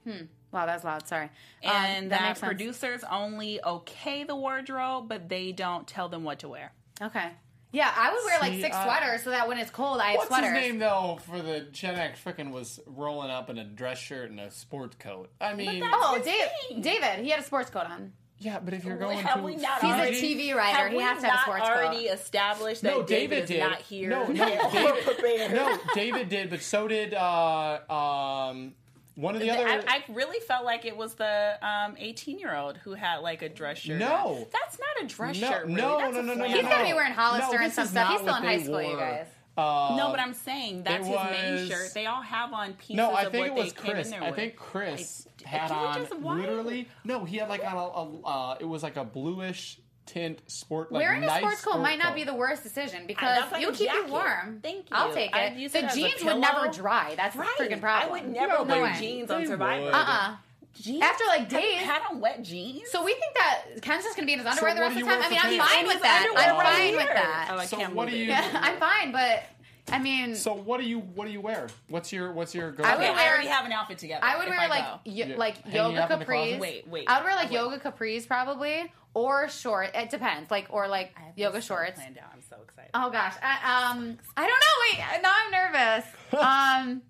Speaker 1: Hmm. Wow, that was loud. Sorry. Um,
Speaker 4: and that,
Speaker 1: makes sense.
Speaker 4: producers only okay the wardrobe, but they don't tell them what to wear.
Speaker 1: Okay. Yeah, I would wear like
Speaker 3: See,
Speaker 1: six
Speaker 3: I-
Speaker 1: sweaters so that when it's cold, I have
Speaker 3: uh, What's
Speaker 1: sweaters.
Speaker 3: his name though for the Gen X freaking was rolling up in a dress shirt and a sports coat. I mean,
Speaker 1: Oh, Dave, David. He had a sports coat on.
Speaker 3: yeah, but if you're going
Speaker 4: Have
Speaker 3: to,
Speaker 4: we not
Speaker 1: He's
Speaker 4: already-
Speaker 1: a TV writer.
Speaker 4: have
Speaker 1: He
Speaker 4: we
Speaker 1: has to have a
Speaker 4: not
Speaker 1: sports
Speaker 4: already
Speaker 1: coat.
Speaker 4: established that
Speaker 3: No, David
Speaker 4: David,
Speaker 3: did.
Speaker 4: is not here?
Speaker 3: No, no,
Speaker 4: yet?
Speaker 3: David, no, David did, but so did uh, um, one of the other.
Speaker 4: I, I really felt like it was the um, 18-year-old who had like a dress shirt.
Speaker 3: No.
Speaker 4: on. that's not a dress
Speaker 3: no,
Speaker 4: shirt. Really.
Speaker 3: no,
Speaker 4: That's
Speaker 3: no,
Speaker 4: a
Speaker 3: no, no, no,
Speaker 4: flannel.
Speaker 1: He's
Speaker 3: no.
Speaker 1: gotta be wearing Hollister
Speaker 3: no,
Speaker 1: and
Speaker 3: this
Speaker 1: some
Speaker 3: is
Speaker 1: stuff.
Speaker 3: not
Speaker 1: He's still
Speaker 3: what
Speaker 1: in high
Speaker 3: they
Speaker 1: school, you
Speaker 3: wore.
Speaker 1: guys.
Speaker 3: Uh,
Speaker 4: No, but I'm saying that's his main
Speaker 3: was-
Speaker 4: shirt. They all have on pieces.
Speaker 3: No, I
Speaker 4: of
Speaker 3: think it
Speaker 4: what
Speaker 3: was
Speaker 4: they came
Speaker 3: Chris.
Speaker 4: In there
Speaker 3: I
Speaker 4: with.
Speaker 3: think Chris
Speaker 4: I-
Speaker 3: had
Speaker 4: can we
Speaker 3: on
Speaker 4: just- why?
Speaker 3: literally. No, he had like on a, a uh, it was like a bluish tint sport. Like
Speaker 1: Wearing
Speaker 3: nice
Speaker 1: a sports coat
Speaker 3: sport
Speaker 1: might not
Speaker 3: coat.
Speaker 1: be the worst decision because
Speaker 4: That's like
Speaker 1: you'll
Speaker 4: a
Speaker 1: keep
Speaker 4: jacket.
Speaker 1: you warm.
Speaker 4: Thank
Speaker 1: I'll
Speaker 4: you.
Speaker 1: take
Speaker 4: I
Speaker 1: it.
Speaker 4: use
Speaker 1: The
Speaker 4: it as a
Speaker 1: jeans would never
Speaker 4: pillow.
Speaker 1: dry. That's
Speaker 4: Right.
Speaker 1: the freaking problem.
Speaker 4: I would never
Speaker 1: No
Speaker 4: wear
Speaker 1: way.
Speaker 4: jeans
Speaker 3: They
Speaker 4: on Survivor.
Speaker 3: would.
Speaker 1: Uh-uh.
Speaker 4: Jeans?
Speaker 1: After, like,
Speaker 4: Have you
Speaker 1: days?
Speaker 4: had on wet jeans.
Speaker 1: So we think that Ken's just gonna be in his underwear
Speaker 3: what
Speaker 1: the rest
Speaker 3: do
Speaker 1: of the
Speaker 3: you
Speaker 1: time. I
Speaker 3: wear
Speaker 1: mean,
Speaker 3: for
Speaker 1: I'm
Speaker 3: pants?
Speaker 1: fine with that.
Speaker 4: Underwear
Speaker 1: I'm
Speaker 4: right
Speaker 1: fine
Speaker 4: here.
Speaker 1: with
Speaker 4: Oh,
Speaker 1: that.
Speaker 4: I
Speaker 3: So
Speaker 4: can't
Speaker 3: what
Speaker 4: move
Speaker 3: do
Speaker 4: it.
Speaker 3: you-
Speaker 1: I'm fine, but I mean,
Speaker 3: So what do you what do you wear? What's your what's your go?
Speaker 1: I
Speaker 4: Okay,
Speaker 1: would
Speaker 4: I
Speaker 1: wear-
Speaker 4: already have an outfit together.
Speaker 1: I would
Speaker 4: if
Speaker 1: wear like
Speaker 4: go.
Speaker 1: yo-
Speaker 3: Yeah,
Speaker 1: like
Speaker 3: hanging
Speaker 1: yoga
Speaker 3: up in the
Speaker 1: capris.
Speaker 3: closet?
Speaker 4: Wait, wait,
Speaker 1: I would wear like
Speaker 4: wait.
Speaker 1: yoga capris probably or short. It depends. Like or like
Speaker 4: I have
Speaker 1: yoga
Speaker 4: this whole
Speaker 1: shorts.
Speaker 4: planned out. I'm so excited.
Speaker 1: Oh gosh. I, um, I don't know. Wait, now I'm nervous. um,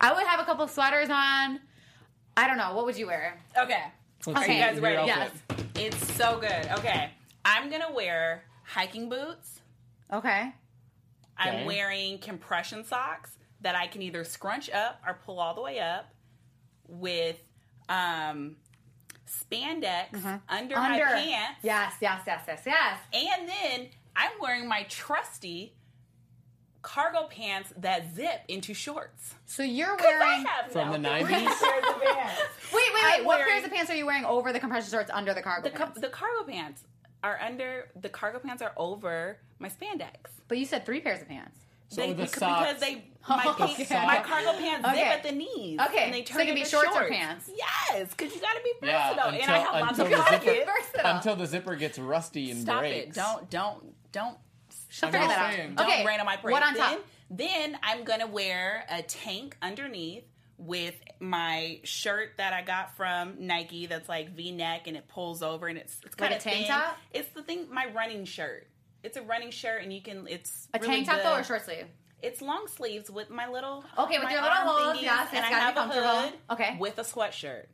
Speaker 1: I would have a couple sweaters on. I don't know. What would you wear?
Speaker 4: Okay.
Speaker 3: Let's
Speaker 4: Are
Speaker 1: see
Speaker 4: you guys
Speaker 3: your
Speaker 4: ready?
Speaker 3: outfit.
Speaker 4: It's so good. Okay. I'm going to wear hiking boots.
Speaker 1: Okay.
Speaker 3: Okay.
Speaker 4: I'm wearing compression socks that I can either scrunch up or pull all the way up with um, spandex
Speaker 3: Mm-hmm.
Speaker 4: under, my pants.
Speaker 1: Yes, yes, yes, yes, yes.
Speaker 4: And then I'm wearing my trusty cargo pants that zip into shorts.
Speaker 1: So you're
Speaker 4: 'Cause I
Speaker 1: wearing.
Speaker 4: have
Speaker 3: From
Speaker 4: no
Speaker 3: the
Speaker 4: pairs
Speaker 3: 90s?
Speaker 4: of pants.
Speaker 1: Wait, wait, wait.
Speaker 4: I'm
Speaker 1: What
Speaker 4: wearing-
Speaker 1: pairs of pants are you wearing over the compression shorts under the cargo
Speaker 4: the,
Speaker 1: pants?
Speaker 4: co- the cargo pants are under, the cargo pants are over my spandex.
Speaker 1: But you said three pairs of pants.
Speaker 3: So
Speaker 1: Oh,
Speaker 4: They-
Speaker 3: the
Speaker 4: because
Speaker 3: socks.
Speaker 4: they my, pants,
Speaker 1: Okay.
Speaker 4: my cargo pants
Speaker 1: Oh, Okay.
Speaker 4: zip at the knees.
Speaker 1: Okay.
Speaker 4: and they
Speaker 1: So
Speaker 4: turn
Speaker 1: they can be
Speaker 4: into
Speaker 1: shorts or pants.
Speaker 4: Yes, because you got to be
Speaker 3: Yeah,
Speaker 4: versatile. and I
Speaker 3: until-
Speaker 4: have lots of
Speaker 3: until the
Speaker 4: pockets.
Speaker 3: zipper-
Speaker 1: Versatile.
Speaker 3: until the zipper gets rusty and
Speaker 4: Stop
Speaker 3: breaks.
Speaker 4: it! Don't don't don't
Speaker 1: She'll
Speaker 3: I'm
Speaker 1: figure
Speaker 3: just
Speaker 1: that
Speaker 3: saying.
Speaker 1: out.
Speaker 4: don't
Speaker 1: Okay.
Speaker 4: rain on my parade.
Speaker 1: What on
Speaker 4: then,
Speaker 1: top?
Speaker 4: Then I'm gonna wear a tank underneath with my shirt that I got from Nike. That's like V-neck and it pulls over and it's it's
Speaker 1: Like
Speaker 4: kind
Speaker 1: a
Speaker 4: of
Speaker 1: tank
Speaker 4: thin.
Speaker 1: top?
Speaker 4: It's the thing. My running shirt. It's a running shirt, and you can. It's
Speaker 1: A
Speaker 4: really
Speaker 1: tank top though
Speaker 4: good.
Speaker 1: or short sleeve?
Speaker 4: It's long sleeves with my little
Speaker 1: Okay, with
Speaker 4: my
Speaker 1: your little
Speaker 4: arm
Speaker 1: holes,
Speaker 4: thingies,
Speaker 1: yes,
Speaker 4: and
Speaker 1: it's
Speaker 4: I
Speaker 1: gotta
Speaker 4: have
Speaker 1: be
Speaker 4: a
Speaker 1: comfortable.
Speaker 4: hood
Speaker 1: Okay.
Speaker 4: with a sweatshirt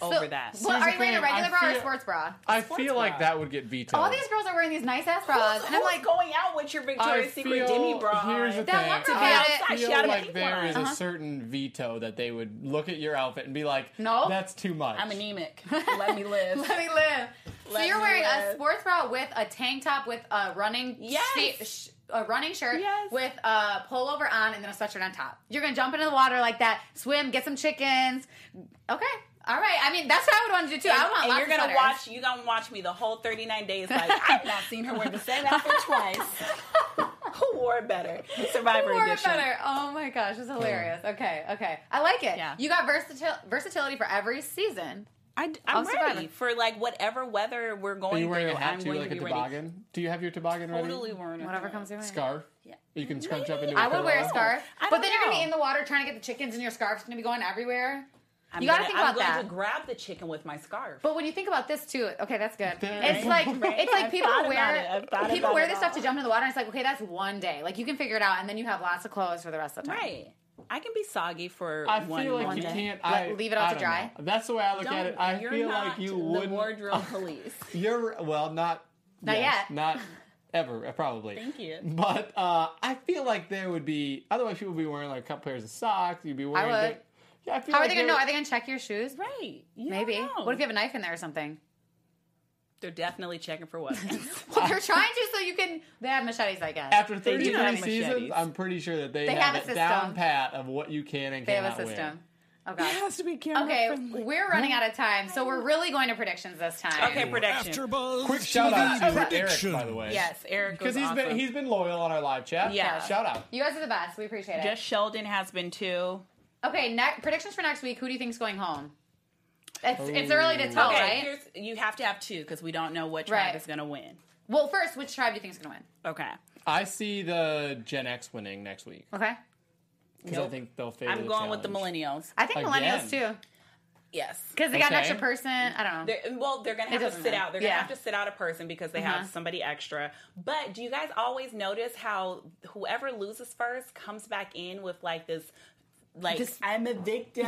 Speaker 1: So-
Speaker 4: over that.
Speaker 1: What, are you wearing a
Speaker 3: Here's the thing,
Speaker 1: regular
Speaker 3: I
Speaker 1: bra or a
Speaker 3: feel-
Speaker 1: sports bra?
Speaker 3: I feel like
Speaker 4: bra.
Speaker 3: that would get vetoed.
Speaker 1: All these girls are wearing these nice ass bras,
Speaker 4: Who's-
Speaker 1: and I'm
Speaker 4: who's
Speaker 1: like,
Speaker 4: going out with your Victoria's Secret demi bra.
Speaker 3: Here's the
Speaker 4: on?
Speaker 1: That one
Speaker 3: thing.
Speaker 1: girl had
Speaker 3: I
Speaker 1: it.
Speaker 4: She
Speaker 3: feel
Speaker 4: had a
Speaker 3: like
Speaker 4: pink
Speaker 3: there
Speaker 4: one.
Speaker 3: is
Speaker 4: Uh-huh.
Speaker 3: a certain veto that they would look at your outfit and be like,
Speaker 1: No.
Speaker 3: that's too much."
Speaker 4: I'm anemic. Let me live.
Speaker 1: let me live. so
Speaker 4: Let
Speaker 1: you're
Speaker 4: me
Speaker 1: wearing a
Speaker 4: live.
Speaker 1: sports bra with a tank top with a running
Speaker 4: Yes.
Speaker 1: shi- sh- a running shirt
Speaker 4: Yes.
Speaker 1: with a pullover on and then a sweatshirt on top. You're gonna jump into the water like that, swim, get some chickens. Okay, all right. I mean, that's what I would want to do too. I would want.
Speaker 4: and
Speaker 1: lots
Speaker 4: you're
Speaker 1: of
Speaker 4: gonna
Speaker 1: sweaters.
Speaker 4: watch. You gonna watch me the whole 39 days. Like I've not seen her wear the same outfit twice. Who wore it better? Survivor
Speaker 1: More
Speaker 4: edition.
Speaker 1: better. Oh my gosh, it's hilarious. Okay, okay, I like it.
Speaker 4: Yeah.
Speaker 1: You got versatil- versatility for every season.
Speaker 4: I, am
Speaker 1: Oh,
Speaker 4: ready
Speaker 1: Survivor.
Speaker 4: for like whatever weather we're
Speaker 3: Are
Speaker 4: going
Speaker 3: you wearing
Speaker 4: through.
Speaker 3: a hat
Speaker 4: I'm
Speaker 3: too,
Speaker 4: going
Speaker 3: like
Speaker 4: to
Speaker 3: a
Speaker 4: be
Speaker 3: toboggan?
Speaker 4: ready.
Speaker 3: Do you have your toboggan ready?
Speaker 4: Totally wearing a
Speaker 1: Whatever
Speaker 4: toboggan.
Speaker 1: comes your way.
Speaker 3: Scarf?
Speaker 4: Yeah.
Speaker 3: You can scrunch up
Speaker 4: Maybe.
Speaker 3: into a
Speaker 1: I would wear a
Speaker 3: pillow.
Speaker 1: scarf,
Speaker 4: Oh, I
Speaker 1: but
Speaker 4: don't
Speaker 1: then you're gonna be
Speaker 4: know.
Speaker 1: in the water trying to get the chickens, and your scarf's gonna be going everywhere.
Speaker 4: I'm
Speaker 1: you gotta
Speaker 4: gonna-
Speaker 1: think about
Speaker 4: I'm going
Speaker 1: that.
Speaker 4: to grab the chicken with my scarf.
Speaker 1: But when you think about this too, okay, that's good.
Speaker 3: There
Speaker 1: It's
Speaker 3: is-
Speaker 1: like
Speaker 4: Right?
Speaker 1: it's like
Speaker 4: I've
Speaker 1: people
Speaker 4: thought about it.
Speaker 1: wear
Speaker 4: I've thought
Speaker 1: people
Speaker 4: about
Speaker 1: wear
Speaker 4: it
Speaker 1: this stuff to
Speaker 4: all.
Speaker 1: jump into the water, and it's like okay, that's one day. Like you can figure it out, and then you have lots of clothes for the rest of the time.
Speaker 4: Right. I can be soggy for
Speaker 3: I
Speaker 4: one,
Speaker 3: feel like
Speaker 4: one
Speaker 3: you
Speaker 4: day.
Speaker 3: can't.
Speaker 1: Let-
Speaker 3: I,
Speaker 1: leave it all
Speaker 3: I
Speaker 1: to
Speaker 3: don't
Speaker 1: dry?
Speaker 3: know. That's the way I look
Speaker 4: Don't-
Speaker 3: at it. I
Speaker 4: you're
Speaker 3: feel
Speaker 4: not
Speaker 3: like you
Speaker 4: the
Speaker 3: wouldn't.
Speaker 4: wardrobe police.
Speaker 3: You're well, not
Speaker 1: Not
Speaker 3: yes,
Speaker 1: yet.
Speaker 3: not ever uh, probably.
Speaker 4: Thank you.
Speaker 3: But uh, I feel like there would be otherwise people would be wearing like a couple pairs of socks. You'd be wearing.
Speaker 1: would.
Speaker 3: di- yeah, I feel
Speaker 1: How are
Speaker 3: like
Speaker 1: they gonna
Speaker 3: there-
Speaker 1: know? Are they gonna check your shoes?
Speaker 4: Right. You
Speaker 1: Maybe.
Speaker 4: don't know.
Speaker 1: What if you have a knife in there or something?
Speaker 4: They're definitely checking for weapons.
Speaker 1: Well, they're trying to, so you can. They have machetes, I guess.
Speaker 3: after
Speaker 4: They do
Speaker 3: 33
Speaker 4: have
Speaker 3: seasons,
Speaker 4: machetes.
Speaker 3: I'm pretty sure that they,
Speaker 1: They
Speaker 3: have,
Speaker 1: have a
Speaker 3: it down
Speaker 1: system.
Speaker 3: pat of what you can and
Speaker 1: they
Speaker 3: cannot
Speaker 1: have a system.
Speaker 3: wear.
Speaker 1: Oh god.
Speaker 4: to be camera
Speaker 1: Okay, we're running out of time, so we're really going to predictions this time.
Speaker 4: Okay, production.
Speaker 2: After Buzz
Speaker 3: Quick
Speaker 2: TV
Speaker 3: shout out to
Speaker 2: prediction.
Speaker 3: Eric, by the way.
Speaker 4: yes, Eric.
Speaker 3: because
Speaker 4: Because
Speaker 3: he's
Speaker 4: awesome.
Speaker 3: been he's been loyal on our live chat.
Speaker 4: Yeah.
Speaker 3: shout out.
Speaker 1: You guys are the best. We appreciate it.
Speaker 4: Just Sheldon has been too.
Speaker 1: okay, ne- predictions for next week. Who do you think's going home? It's,
Speaker 3: Oh.
Speaker 1: it's early to tell,
Speaker 4: Okay,
Speaker 1: Oh, right?
Speaker 4: here's, you have to have two because we don't know what
Speaker 1: Right.
Speaker 4: tribe is going to win.
Speaker 1: Well, first, which tribe do you think's going to
Speaker 4: Okay,
Speaker 3: I see the Gen X winning next week
Speaker 1: win? Okay,
Speaker 3: because I
Speaker 4: Nope.
Speaker 3: think they'll favor.
Speaker 4: I'm
Speaker 3: the
Speaker 4: going with the
Speaker 3: challenge.
Speaker 4: millennials.
Speaker 1: I think
Speaker 3: Again.
Speaker 1: millennials too,
Speaker 4: Yes.
Speaker 1: because they got an
Speaker 3: Okay.
Speaker 1: extra person. I don't know.
Speaker 4: They're, well, they're gonna
Speaker 1: It
Speaker 4: have to
Speaker 1: doesn't
Speaker 4: sit
Speaker 1: matter.
Speaker 4: out. They're
Speaker 1: Yeah. Uh-huh.
Speaker 4: gonna have to sit out a person because they have somebody extra. But do you guys always notice how whoever loses first comes back in with like this, like I'm a victim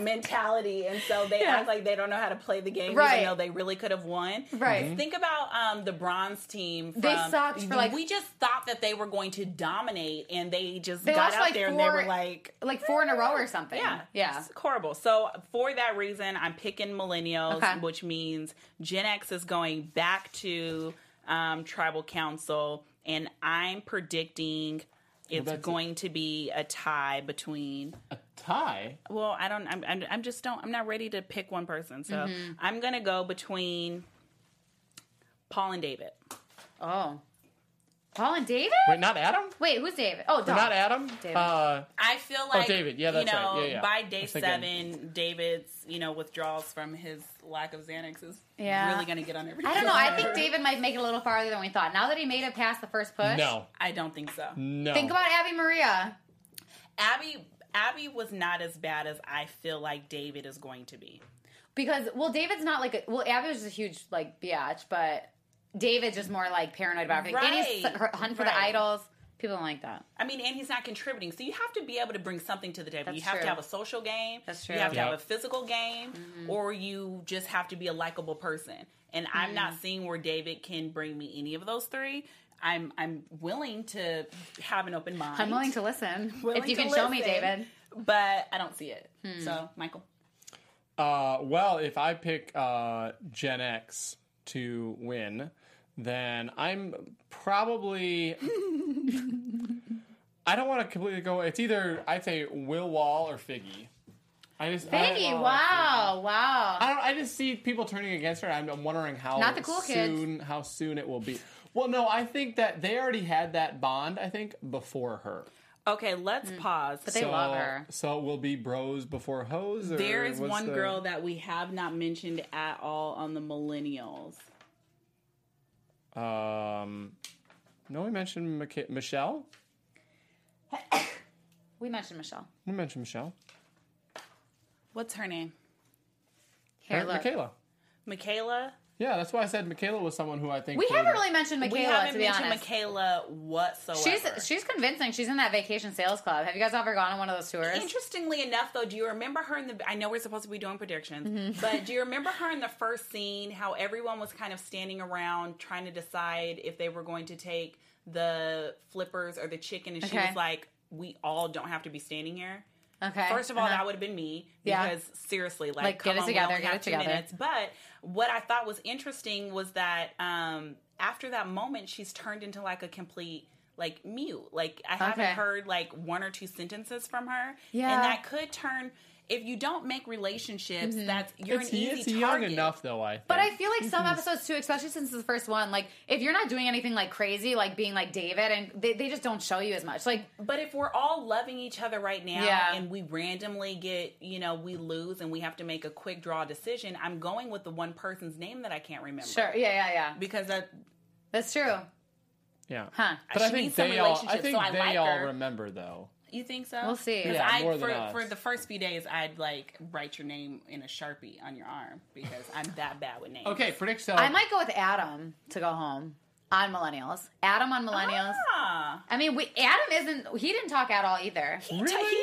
Speaker 4: mentality, and so they act like they don't know how to play the game,
Speaker 1: Right.
Speaker 4: even though they really could have won.
Speaker 1: Right. Mhm.
Speaker 4: Think about um, the bronze team. From,
Speaker 1: They sucked for, like-
Speaker 4: we just thought that they were going to dominate, and they just
Speaker 1: They
Speaker 4: got
Speaker 1: lost,
Speaker 4: out
Speaker 1: like,
Speaker 4: there
Speaker 1: four-
Speaker 4: and they were like.
Speaker 1: like four in a row or something.
Speaker 4: Yeah,
Speaker 1: yeah.
Speaker 4: It's horrible. So for that reason, I'm picking millennials,
Speaker 1: Okay.
Speaker 4: which means Gen X is going back to um, tribal council, and I'm predicting it's
Speaker 3: that's-
Speaker 4: going to be a tie between.
Speaker 3: tie.
Speaker 4: Well, I don't. I'm. I'm, I'm just don't. I'm not ready to pick one person, so I'm gonna go between Paul and David.
Speaker 1: Oh, Paul and David?
Speaker 3: Wait, not Adam?
Speaker 1: Wait, who's David? Oh,
Speaker 3: Or
Speaker 1: Dom.
Speaker 3: not Adam?
Speaker 1: David.
Speaker 3: Uh,
Speaker 4: I feel like
Speaker 3: David. Yeah, that's
Speaker 4: you
Speaker 3: right.
Speaker 4: know,
Speaker 3: Yeah, yeah.
Speaker 4: by
Speaker 3: I
Speaker 4: day
Speaker 3: was thinking-
Speaker 4: seven, David's, you know, withdrawals from his lack of Xanax is
Speaker 1: Yeah.
Speaker 4: really gonna get on everything.
Speaker 1: I don't know. I think David might make it a little farther than we thought. Now that he made it past the first push.
Speaker 3: no.
Speaker 4: I don't think so.
Speaker 3: No.
Speaker 1: Think about Abby Maria.
Speaker 4: Abby Abby was not as bad as I feel like David is going to be.
Speaker 1: Because well, David's not like a, well, Abby was just a huge like biatch, but David's just more like paranoid about everything. And he's
Speaker 4: Right.
Speaker 1: hunting for the
Speaker 4: Right.
Speaker 1: idols. People don't like that.
Speaker 4: I mean, and he's not contributing. So you have to be able to bring something to the table.
Speaker 1: That's
Speaker 4: you have
Speaker 1: true.
Speaker 4: to have a social game.
Speaker 1: That's Mm-hmm. true.
Speaker 4: You have to have
Speaker 3: Yep.
Speaker 4: a physical game, or you just have to be a likable person. And I'm
Speaker 1: Mm.
Speaker 4: not seeing where David can bring me any of those three. I'm I'm willing to have an open mind.
Speaker 1: I'm willing to listen
Speaker 4: Willing
Speaker 1: if you
Speaker 4: to
Speaker 1: can show me,
Speaker 4: listen,
Speaker 1: David.
Speaker 4: But I don't see it.
Speaker 1: Hmm.
Speaker 4: So Michael.
Speaker 3: Uh, well, if I pick uh, Gen X to win, then I'm probably. I don't want to completely go. It's either I'd say Will Wall or Figgy. I just I don't-
Speaker 1: Baby, wow, wow.
Speaker 3: I don't. I just see people turning against her. I'm, I'm wondering how
Speaker 1: Not the cool kids.
Speaker 3: soon how soon it will be. Well, no, I think that they already had that bond. I think before her.
Speaker 4: Okay, let's pause.
Speaker 1: But they love her.
Speaker 3: So we'll be bros before hoes. Or
Speaker 4: There is
Speaker 3: what's
Speaker 4: one
Speaker 3: the-
Speaker 4: girl that we have not mentioned at all on the millennials.
Speaker 3: Um, no, we mentioned Mica- Michelle.
Speaker 1: We mentioned Michelle.
Speaker 3: We mentioned Michelle.
Speaker 4: What's her name?
Speaker 1: Here,
Speaker 3: Right?
Speaker 1: look.
Speaker 3: Michaela.
Speaker 4: Michaela.
Speaker 3: Yeah, that's why I said Michaela was someone who I think
Speaker 1: We
Speaker 3: would-
Speaker 1: haven't really mentioned
Speaker 4: We
Speaker 1: Michaela, to
Speaker 4: haven't
Speaker 1: be
Speaker 4: mentioned
Speaker 1: honest.
Speaker 4: Michaela whatsoever.
Speaker 1: She's she's convincing. She's in that vacation sales club. Have you guys ever gone on one of those tours?
Speaker 4: Interestingly enough, though, do you remember her in the? I know we're supposed to be doing predictions,
Speaker 1: Mm-hmm.
Speaker 4: but do you remember her in the first scene? How everyone was kind of standing around trying to decide if they were going to take the flippers or the chicken, and she
Speaker 1: Okay.
Speaker 4: was like, "We all don't have to be standing here."
Speaker 1: Okay.
Speaker 4: First of all,
Speaker 1: Uh-huh.
Speaker 4: that would have been me
Speaker 1: Yeah.
Speaker 4: because seriously, like,
Speaker 1: Like, get
Speaker 4: come
Speaker 1: it
Speaker 4: on, we
Speaker 1: together,
Speaker 4: only
Speaker 1: get
Speaker 4: have
Speaker 1: it
Speaker 4: two
Speaker 1: together.
Speaker 4: minutes. But what I thought was interesting was that um, after that moment, she's turned into like a complete like mute. Like I
Speaker 1: Okay.
Speaker 4: haven't heard like one or two sentences from her.
Speaker 1: Yeah.
Speaker 4: and that could turn if you don't make relationships.
Speaker 1: Mm-hmm.
Speaker 4: That's you're
Speaker 3: It's,
Speaker 4: an easy
Speaker 3: it's young
Speaker 4: target.
Speaker 3: enough, though. I. Think.
Speaker 1: But I feel like
Speaker 4: Mm-hmm.
Speaker 1: some episodes too, especially since it's the first one, like if you're not doing anything like crazy, like being like David, and they, they just don't show you as much. Like
Speaker 4: But if we're all loving each other right now
Speaker 1: Yeah.
Speaker 4: and we randomly get, you know, we lose and we have to make a quick draw decision, I'm going with the one person's name that I can't remember.
Speaker 1: sure, yeah, yeah, yeah.
Speaker 4: Because that
Speaker 1: That's true.
Speaker 3: yeah.
Speaker 1: Huh.
Speaker 3: But I
Speaker 4: She
Speaker 3: think
Speaker 4: needs some
Speaker 3: they all. I
Speaker 4: relationships,
Speaker 3: think
Speaker 4: so I
Speaker 3: they
Speaker 4: like
Speaker 3: all
Speaker 4: her.
Speaker 3: remember though.
Speaker 4: You think so?
Speaker 1: We'll see.
Speaker 4: 'Cause
Speaker 1: Yeah,
Speaker 4: I,
Speaker 3: more than
Speaker 4: for,
Speaker 3: us.
Speaker 4: for the first few days, I'd like write your name in a sharpie on your arm because I'm that bad with names.
Speaker 3: Okay, predict so.
Speaker 1: I might go with Adam to go home on millennials. Adam on millennials.
Speaker 4: Ah,
Speaker 1: I mean, we Adam isn't. He didn't talk at all either.
Speaker 4: He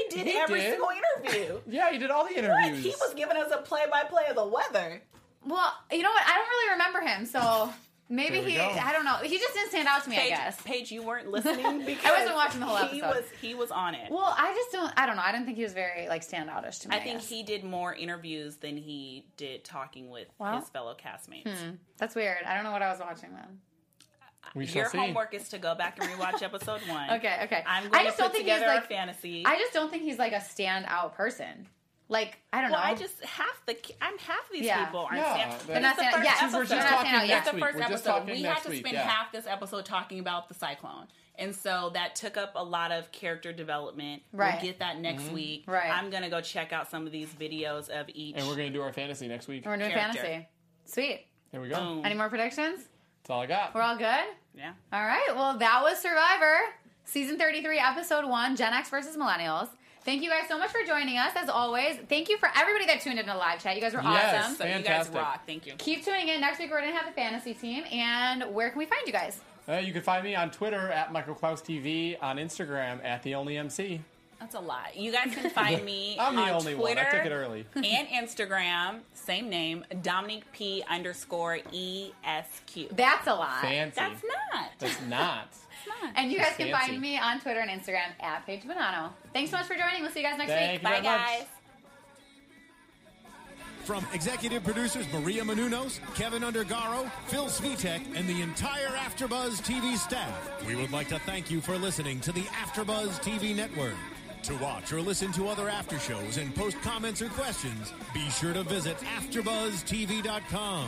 Speaker 4: did
Speaker 3: He
Speaker 4: every
Speaker 3: did?
Speaker 4: single interview.
Speaker 3: Yeah, he did all the
Speaker 4: What?
Speaker 3: interviews.
Speaker 4: He was giving us a play-by-play of the weather.
Speaker 1: Well, you know what? I don't really remember him, so maybe
Speaker 3: There we
Speaker 1: he.
Speaker 3: go.
Speaker 1: I don't know. He just didn't stand out to me. I
Speaker 4: Paige,
Speaker 1: guess.
Speaker 4: Paige, you weren't listening because
Speaker 1: wasn't watching the whole
Speaker 4: He
Speaker 1: episode.
Speaker 4: was, he was on it.
Speaker 1: Well, I just don't. I don't know. I didn't think he was very like standoutish to me.
Speaker 4: I think
Speaker 1: guess.
Speaker 4: he did more interviews than he did talking with
Speaker 1: Well. hmm.
Speaker 4: his fellow castmates.
Speaker 1: That's weird. I don't know what I was watching then.
Speaker 3: we shall
Speaker 4: Your
Speaker 3: see.
Speaker 4: homework is to go back and rewatch episode one.
Speaker 1: Okay, okay.
Speaker 4: I'm going
Speaker 1: I just
Speaker 4: to put
Speaker 1: don't think he's
Speaker 4: together
Speaker 1: like
Speaker 4: a fantasy.
Speaker 1: I just don't think he's like a standout person. Like I don't
Speaker 4: Well,
Speaker 1: know.
Speaker 4: I just half the I'm half these
Speaker 1: Yeah.
Speaker 4: people aren't
Speaker 3: Yeah,
Speaker 4: yeah,
Speaker 3: They're
Speaker 1: not standing- yeah,
Speaker 3: We're just
Speaker 1: We're not
Speaker 3: talking
Speaker 1: saying out
Speaker 3: next
Speaker 1: yet.
Speaker 4: the
Speaker 3: week.
Speaker 4: first
Speaker 3: We're just
Speaker 4: episode.
Speaker 3: talking
Speaker 4: We had
Speaker 3: next
Speaker 4: to
Speaker 3: week.
Speaker 4: spend
Speaker 3: Yeah.
Speaker 4: half this episode talking about the cyclone. And so that took up a lot of character development.
Speaker 1: Right.
Speaker 4: We'll get that next
Speaker 3: Mm-hmm.
Speaker 4: week.
Speaker 1: Right.
Speaker 4: I'm gonna go check out some of these videos of each.
Speaker 3: And we're gonna do our fantasy next week.
Speaker 1: We're doing
Speaker 4: character.
Speaker 1: fantasy. Sweet.
Speaker 3: Here we go.
Speaker 4: Mm.
Speaker 1: Any more predictions?
Speaker 3: That's all I got.
Speaker 1: We're all good.
Speaker 4: yeah.
Speaker 1: All right. Well, that was Survivor season 33, episode one, Gen X versus Millennials. Thank you guys so much for joining us. As always, thank you for everybody that tuned in to the live chat. You guys were
Speaker 3: Yes.
Speaker 1: awesome.
Speaker 4: So
Speaker 3: Fantastic.
Speaker 4: you guys rock. Thank you.
Speaker 1: Keep tuning in. Next week we're gonna have the fantasy team. And where can we find you guys?
Speaker 3: Uh, you can find me on Twitter at Michael Klaus TV, on Instagram at the Only MC.
Speaker 4: That's a lot. You guys can find me
Speaker 3: I'm the
Speaker 4: on
Speaker 3: only one. I
Speaker 4: Twitter
Speaker 3: took it early.
Speaker 4: and Instagram, same name, Dominique P underscore E S Q.
Speaker 1: That's a lot.
Speaker 3: Fancy.
Speaker 4: That's not.
Speaker 3: That's not.
Speaker 1: And you guys can
Speaker 3: Fancy.
Speaker 1: find me on Twitter and Instagram at Paige Bonanno. Thanks so much for joining. We'll see you guys next
Speaker 3: Thank
Speaker 1: week.
Speaker 3: you
Speaker 1: Bye,
Speaker 3: very much.
Speaker 1: guys.
Speaker 2: From executive producers Maria Menunos, Kevin Undergaro, Phil Svitek, and the entire AfterBuzz TV staff, we would like to thank you for listening to the AfterBuzz TV network. To watch or listen to other after shows and post comments or questions, be sure to visit AfterBuzzTV.com.